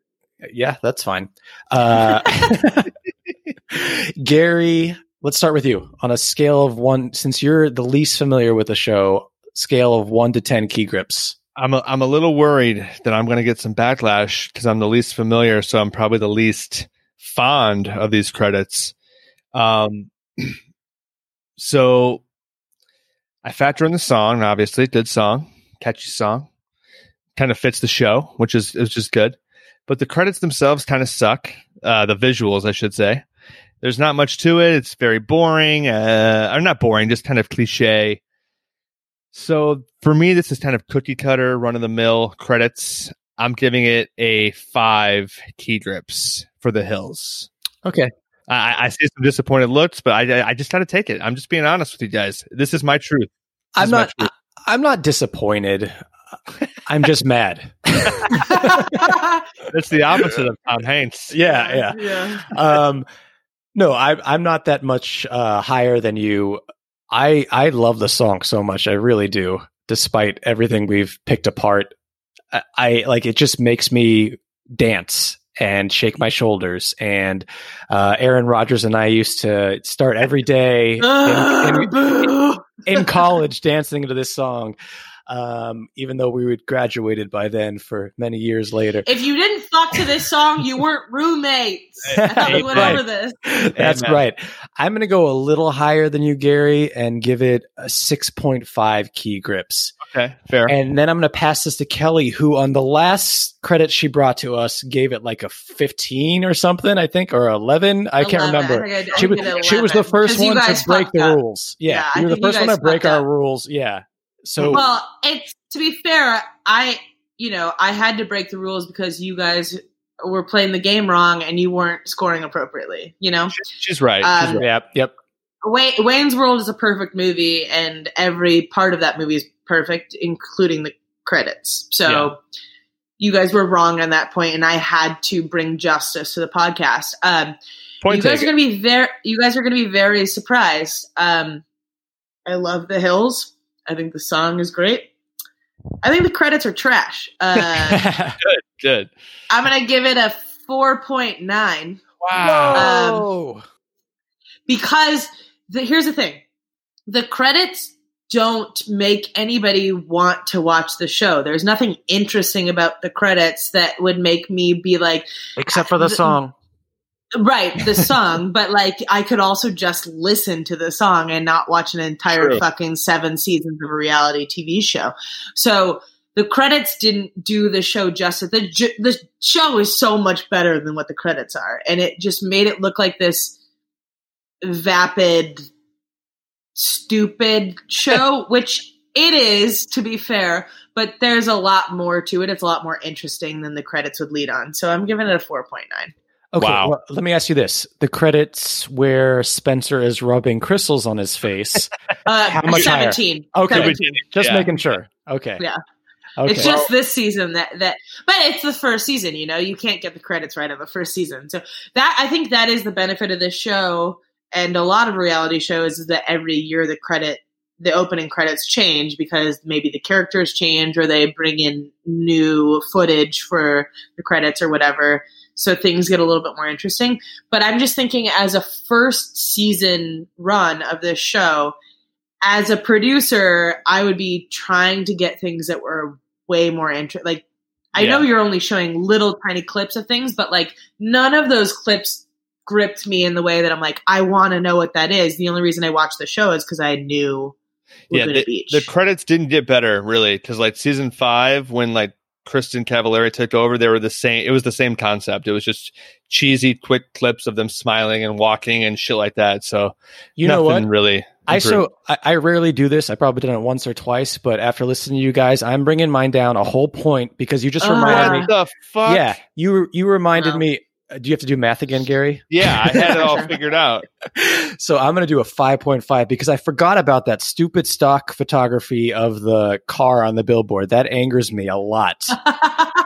Yeah, that's fine. Uh, Gary, let's start with you on a scale of one. Since you're the least familiar with the show, scale of one to ten key grips.
I'm a, I'm a little worried that I'm going to get some backlash because I'm the least familiar, so I'm probably the least fond of these credits. Um, so I factor in the song, obviously, good song, catchy song, kind of fits the show, which is is just good. But the credits themselves kind of suck. Uh, the visuals, I should say. There's not much to it. It's very boring. Uh, or not boring, just kind of cliche. So for me, this is kind of cookie cutter, run of the mill credits. I'm giving it a five key grips for the hills.
Okay.
I, I- I see some disappointed looks, but I, I- I just got to take it. I'm just being honest with you guys. This is my truth. This
I'm
is my
not.
truth.
I'm not disappointed. I'm just mad.
That's the opposite of Tom Hanks.
Yeah, yeah.
yeah.
um no i i'm not that much uh higher than you i i love the song so much i really do despite everything we've picked apart i, I like it just makes me dance and shake my shoulders and uh aaron Rodgers and i used to start every day in, in-
Boo.
in college dancing to this song um even though we would graduated by then for many years later
If you didn't fuck to this song, you weren't roommates. I thought we went
Right.
over this.
That's
Amen.
right. I'm going to go a little higher than you, Gary, and give it a 6.5 key grips.
Okay, fair.
And then I'm going to pass this to Kelly, who on the last credit she brought to us gave it like a 15 or something, I think, or 11. I can't
11.
remember.
I think I- I
She was,
did 11.
she was the first
'Cause you
one to
guys
break
fucked
the
up.
rules. Yeah,
Yeah, I
you were the
think you
first one
guys
to break
fucked
our
up.
rules. Yeah. So
Well, it's to be fair, I you know I had to break the rules because you guys were playing the game wrong and you weren't scoring appropriately. You know,
She's, she's right.
Um,
she's right.
yep, yep.
Way- Wayne's World is a perfect movie, and every part of that movie is perfect, including the credits. So
Yeah.
you guys were wrong on that point, and I had to bring justice to the podcast. Um,
Point
you guys are
taken.
going to be very, you guys are going to be very surprised. Um, I love the hills. I think the song is great. I think the credits are trash. Uh,
Good.
I'm going to give it a four point nine
wow.
um, because the, here's the thing the credits don't make anybody want to watch the show. There's nothing interesting about the credits that would make me be like,
Except for the
Th-
song.
right, the song, but like I could also just listen to the song and not watch an entire
True.
fucking seven seasons of a reality TV show. So the credits didn't do the show justice. The, ju- the show is so much better than what the credits are. And it just made it look like this vapid, stupid show, which it is, to be fair, but there's a lot more to it. It's a lot more interesting than the credits would lead on. So I'm giving it a 4.9.
Okay,
Wow.
well, let me ask you this: the credits where Spencer is rubbing crystals on his face.
Uh,
How much higher?
17.
Okay.
Did we-
17.
Just
yeah.
making sure. Okay.
Yeah.
Okay.
It's just this season that that, but it's the first season. You know, you can't get the credits right on the first season. So that I think that is the benefit of this show and a lot of reality shows is that every year the credit, the opening credits change because maybe the characters change or they bring in new footage for the credits or whatever. So things get a little bit more interesting. But I'm just thinking as a first season run of this show. As a producer, I would be trying to get things that were way more interesting. Like, I know you're only showing little tiny clips of things, but like none of those clips gripped me in the way that I'm like, I want to know what that is. The only reason I watched the show is because I knew
yeah,
Laguna
the,
Beach.
the credits didn't get better really because like season five when like Kristen Cavallari took over, they were the same. It was the same concept. It was just cheesy, quick clips of them smiling and walking and shit like that. So
you know
nothing
what?
really.
I
improved.
so I, I rarely do this. I probably done it once or twice, but after listening to you guys, I'm bringing mine down a whole point because you just
Ah.
reminded me.
what the fuck?
Yeah, you you reminded
Wow.
me. uh, Do you have to do math again, Gary?
yeah. I had it all figured out.
so I'm going to do a 5.5 because I forgot about that stupid stock photography of the car on the billboard. That angers me a lot,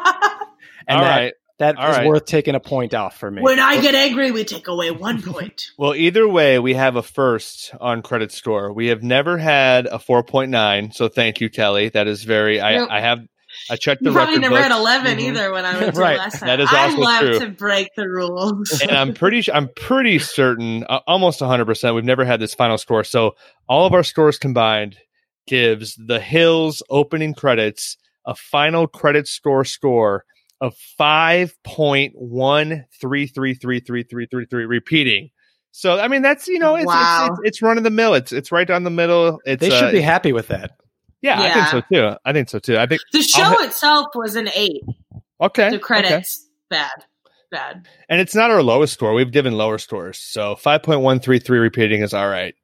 and
all
that,
right.
that
All
is
right.
worth taking a point off for me.
when I get angry, we take away one point.
Well, either way, we have a first on credit score. We have never had a 4.9. So thank you, Kelly. That is very, I,
Nope.
I have, I checked the
You probably
record
never
books,
had 11
Mhm.
either when I was
Right.
right. last time.
That is
I
also
love
true.
to break the rules.
and I'm pretty, su- I'm pretty certain, uh, almost 100%, we've never had this final score. So all of our scores combined gives the Hills opening credits a final credit score score of 5.133333333 repeating. So I mean that's you know it's
Wow.
it's, it's, it's run of the mill it's it's right down the middle it's
they
uh,
should be happy with that.
Yeah, I think
Yeah.
so too. I think so too. I think
the show
I'll
itself was an eight.
okay.
The
okay.
credits, bad, bad.
And it's not our lowest score. We've given lower scores. So 5.133 repeating is all right.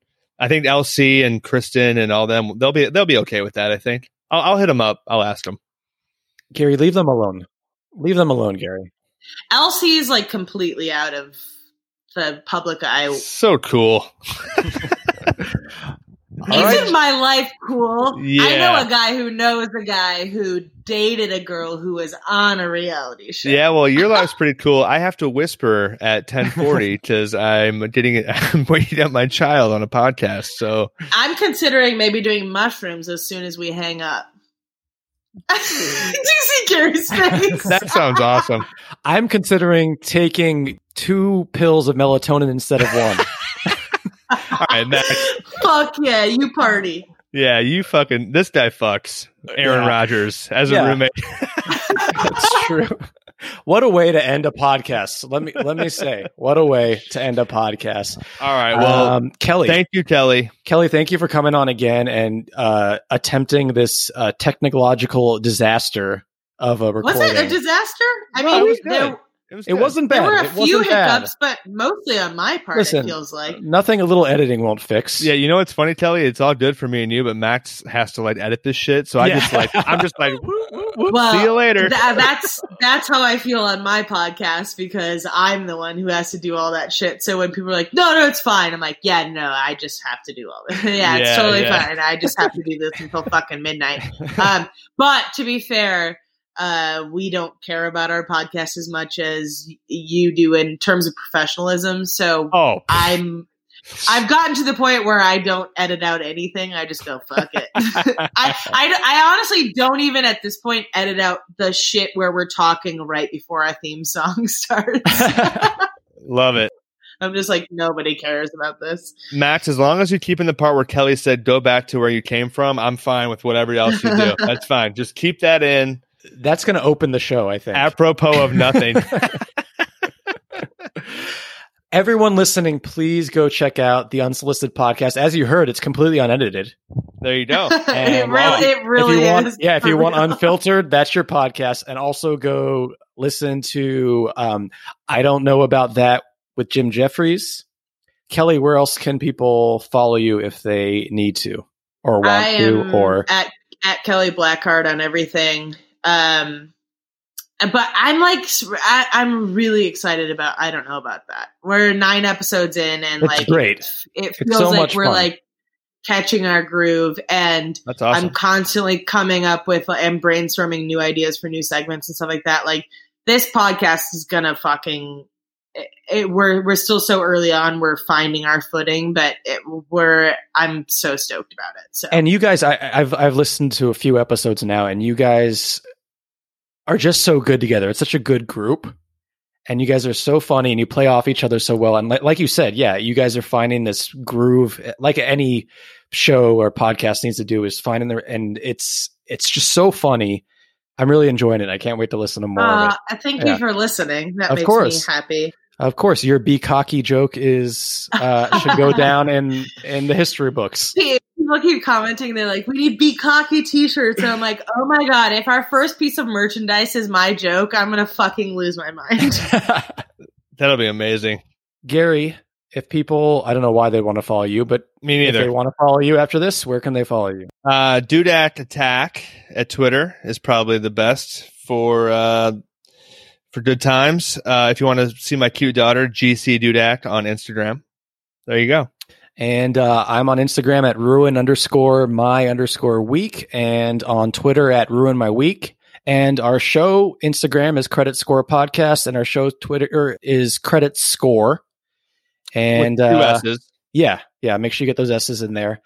I think LC and Kristen and all them they'll be they'll be okay with that, I think. I'll, I'll hit them up. I'll ask them.
Gary, leave them alone. Leave them alone, Gary.
Elsie is like completely out of the public eye.
So cool.
All
Isn't
right.
my life cool? I
Yeah.
know a guy who knows a guy who dated a girl who was on a reality show.
Yeah, well, your life's pretty cool. I have to whisper at 10:40 cuz I'm getting I'm waiting up my child on a podcast. So
I'm considering maybe doing mushrooms as soon as we hang up. Do you
Hmm.
see Gary's face?
that sounds awesome.
I'm considering taking two pills of melatonin instead of one.
All right, Max.
Fuck yeah, you party.
Yeah, you fucking this guy fucks Aaron
Yeah.
Rodgers as
Yeah.
a roommate.
That's true. What a way to end a podcast. Let me let me say, what a way to end a podcast.
All right. Well,
um, Kelly,
thank you, Kelly.
Kelly, thank you for coming on again and uh, attempting this uh, technological disaster of a
Was
recording.
it a disaster? I
No, it was
mean,
good.
there,
it
good.
wasn't bad.
there were a
It
few
wasn't
hiccups, but mostly on my part,
Listen,
it feels like.
bad. Nothing a little editing won't fix.
Yeah, you know what's funny, Kelly? It's all good for me and you, but Max has to like edit this shit. So I
Yeah.
just like I'm just like whoop, whoop, whoop,
Well,
see you later.
Th- uh, that's that's how I feel on my podcast because I'm the one who has to do all that shit. So when people are like, "No, no, it's fine," I'm like, "Yeah, no, I just have to do all that. yeah,
Yeah,
it's totally
yeah.
fine. I just have to do this until fucking midnight." Um, but to be fair, uh, we don't care about our podcast as much as y- you do in terms of professionalism. So
oh,
I'm. I've gotten to the point where I don't edit out anything. I just go fuck it. I, I I honestly don't even at this point edit out the shit where we're talking right before our theme song starts.
love it.
I'm just like nobody cares about this.
Max, as long as you keep in the part where Kelly said, go back to where you came from, I'm fine with whatever else you do. That's fine. Just keep that in,
That's going to open the show, I think.
apropos of nothing.
Everyone listening, please go check out the Unsolicited podcast. As you heard, it's completely unedited.
there you go.
it,
And,
really,
uh,
it really
if you want,
is.
yeah, if you
for
want
real.
unfiltered, that's your podcast. And also go listen to um, I don't know about that with Jim Jeffries. Kelly, where else can people follow you if they need to or want
I am
to or
at at Kelly Blackheart on everything. Um, but I'm like, I, I'm really excited about. I don't know about that. We're nine episodes in, and
It's
like,
great.
It
It's
feels
so
like
much
we're
fun.
like catching our groove, and
That's awesome.
I'm constantly coming up with and brainstorming new ideas for new segments and stuff like that. Like this podcast is gonna fucking. It, it, we're we're still so early on. We're finding our footing, but it, we're I'm so stoked about it. So
and you guys I, I've I've listened to a few episodes now and you guys are just so good together. It's such a good group. And you guys are so funny and you play off each other so well. And li- like you said, yeah, you guys are finding this groove like any show or podcast needs to do is finding the and it's it's just so funny. I'm really enjoying it. I can't wait to listen to more of
Uh,
it.
I thank
Yeah.
you for listening. That
Of
makes
course.
me happy.
Of course, your be cocky joke is uh should go down in in the history books.
People keep commenting. They're like, "We need be cocky T-shirts." And I'm like, "Oh my god! If our first piece of merchandise is my joke, I'm gonna fucking lose my mind."
That'll be amazing.
Gary, if people, I don't know why they want to follow you, but
Me
if they
neither.
want to follow you after this, where can they follow you?
Uh, Dudak Attack at Twitter is probably the best for uh, for good times. Uh, if you want to see my cute daughter, GC Dudak on Instagram. There you go.
And uh, I'm on Instagram at ruin underscore my underscore week and on Twitter at ruin my week. And our show Instagram is credit score podcast and our show Twitter is credit score. And
With two
uh,
S's.
yeah, yeah, make sure you get those S's in there.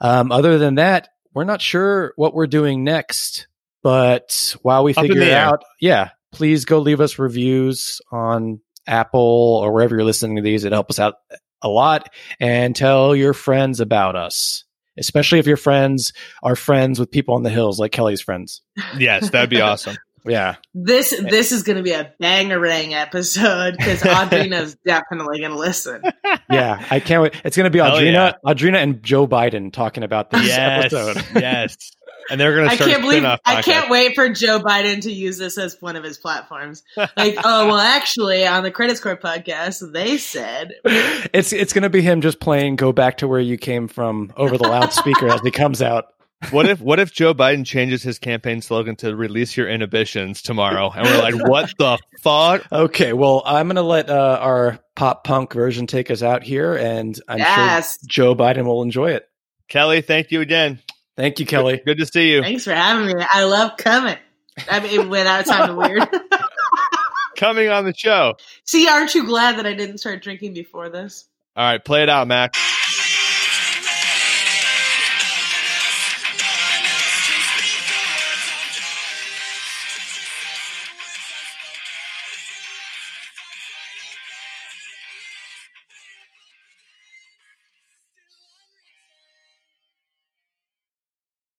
Um, other than that, we're not sure what we're doing next, but while we
Up in
figure
the
it
air.
out, yeah, please go leave us reviews on Apple or wherever you're listening to these. It helps us out a lot and tell your friends about us, especially if your friends are friends with people on the hills like Kelly's friends.
Yes, that'd be awesome.
Yeah.
this this is gonna be a bangerang episode because Audrina's definitely gonna listen.
Yeah. I can't wait. It's going to be
Hell
Audrina, Audrina and Joe Biden talking about this
yes,
episode.
yes. And they're going to
I
start.
can't
a
believe
spin-off
I
podcast.
can't wait for Joe Biden to use this as one of his platforms. Like, oh well, actually, on the Credit Score podcast, they said
it's it's gonna be him just playing "Go Back to Where You Came From" over the loudspeaker as he comes out.
What if What if Joe Biden changes his campaign slogan to "Release your inhibitions" tomorrow? And we're like, what the fuck?
Okay, well, I'm gonna let uh, our pop punk version take us out here, and I'm
yes.
sure Joe Biden will enjoy it.
Kelly, thank you again.
Thank you, Kelly.
Good to see you.
Thanks for having me. I love coming. I mean, without sounding weird.
Coming on the show.
See, aren't you glad that I didn't start drinking before this?
All right, play it out, Max.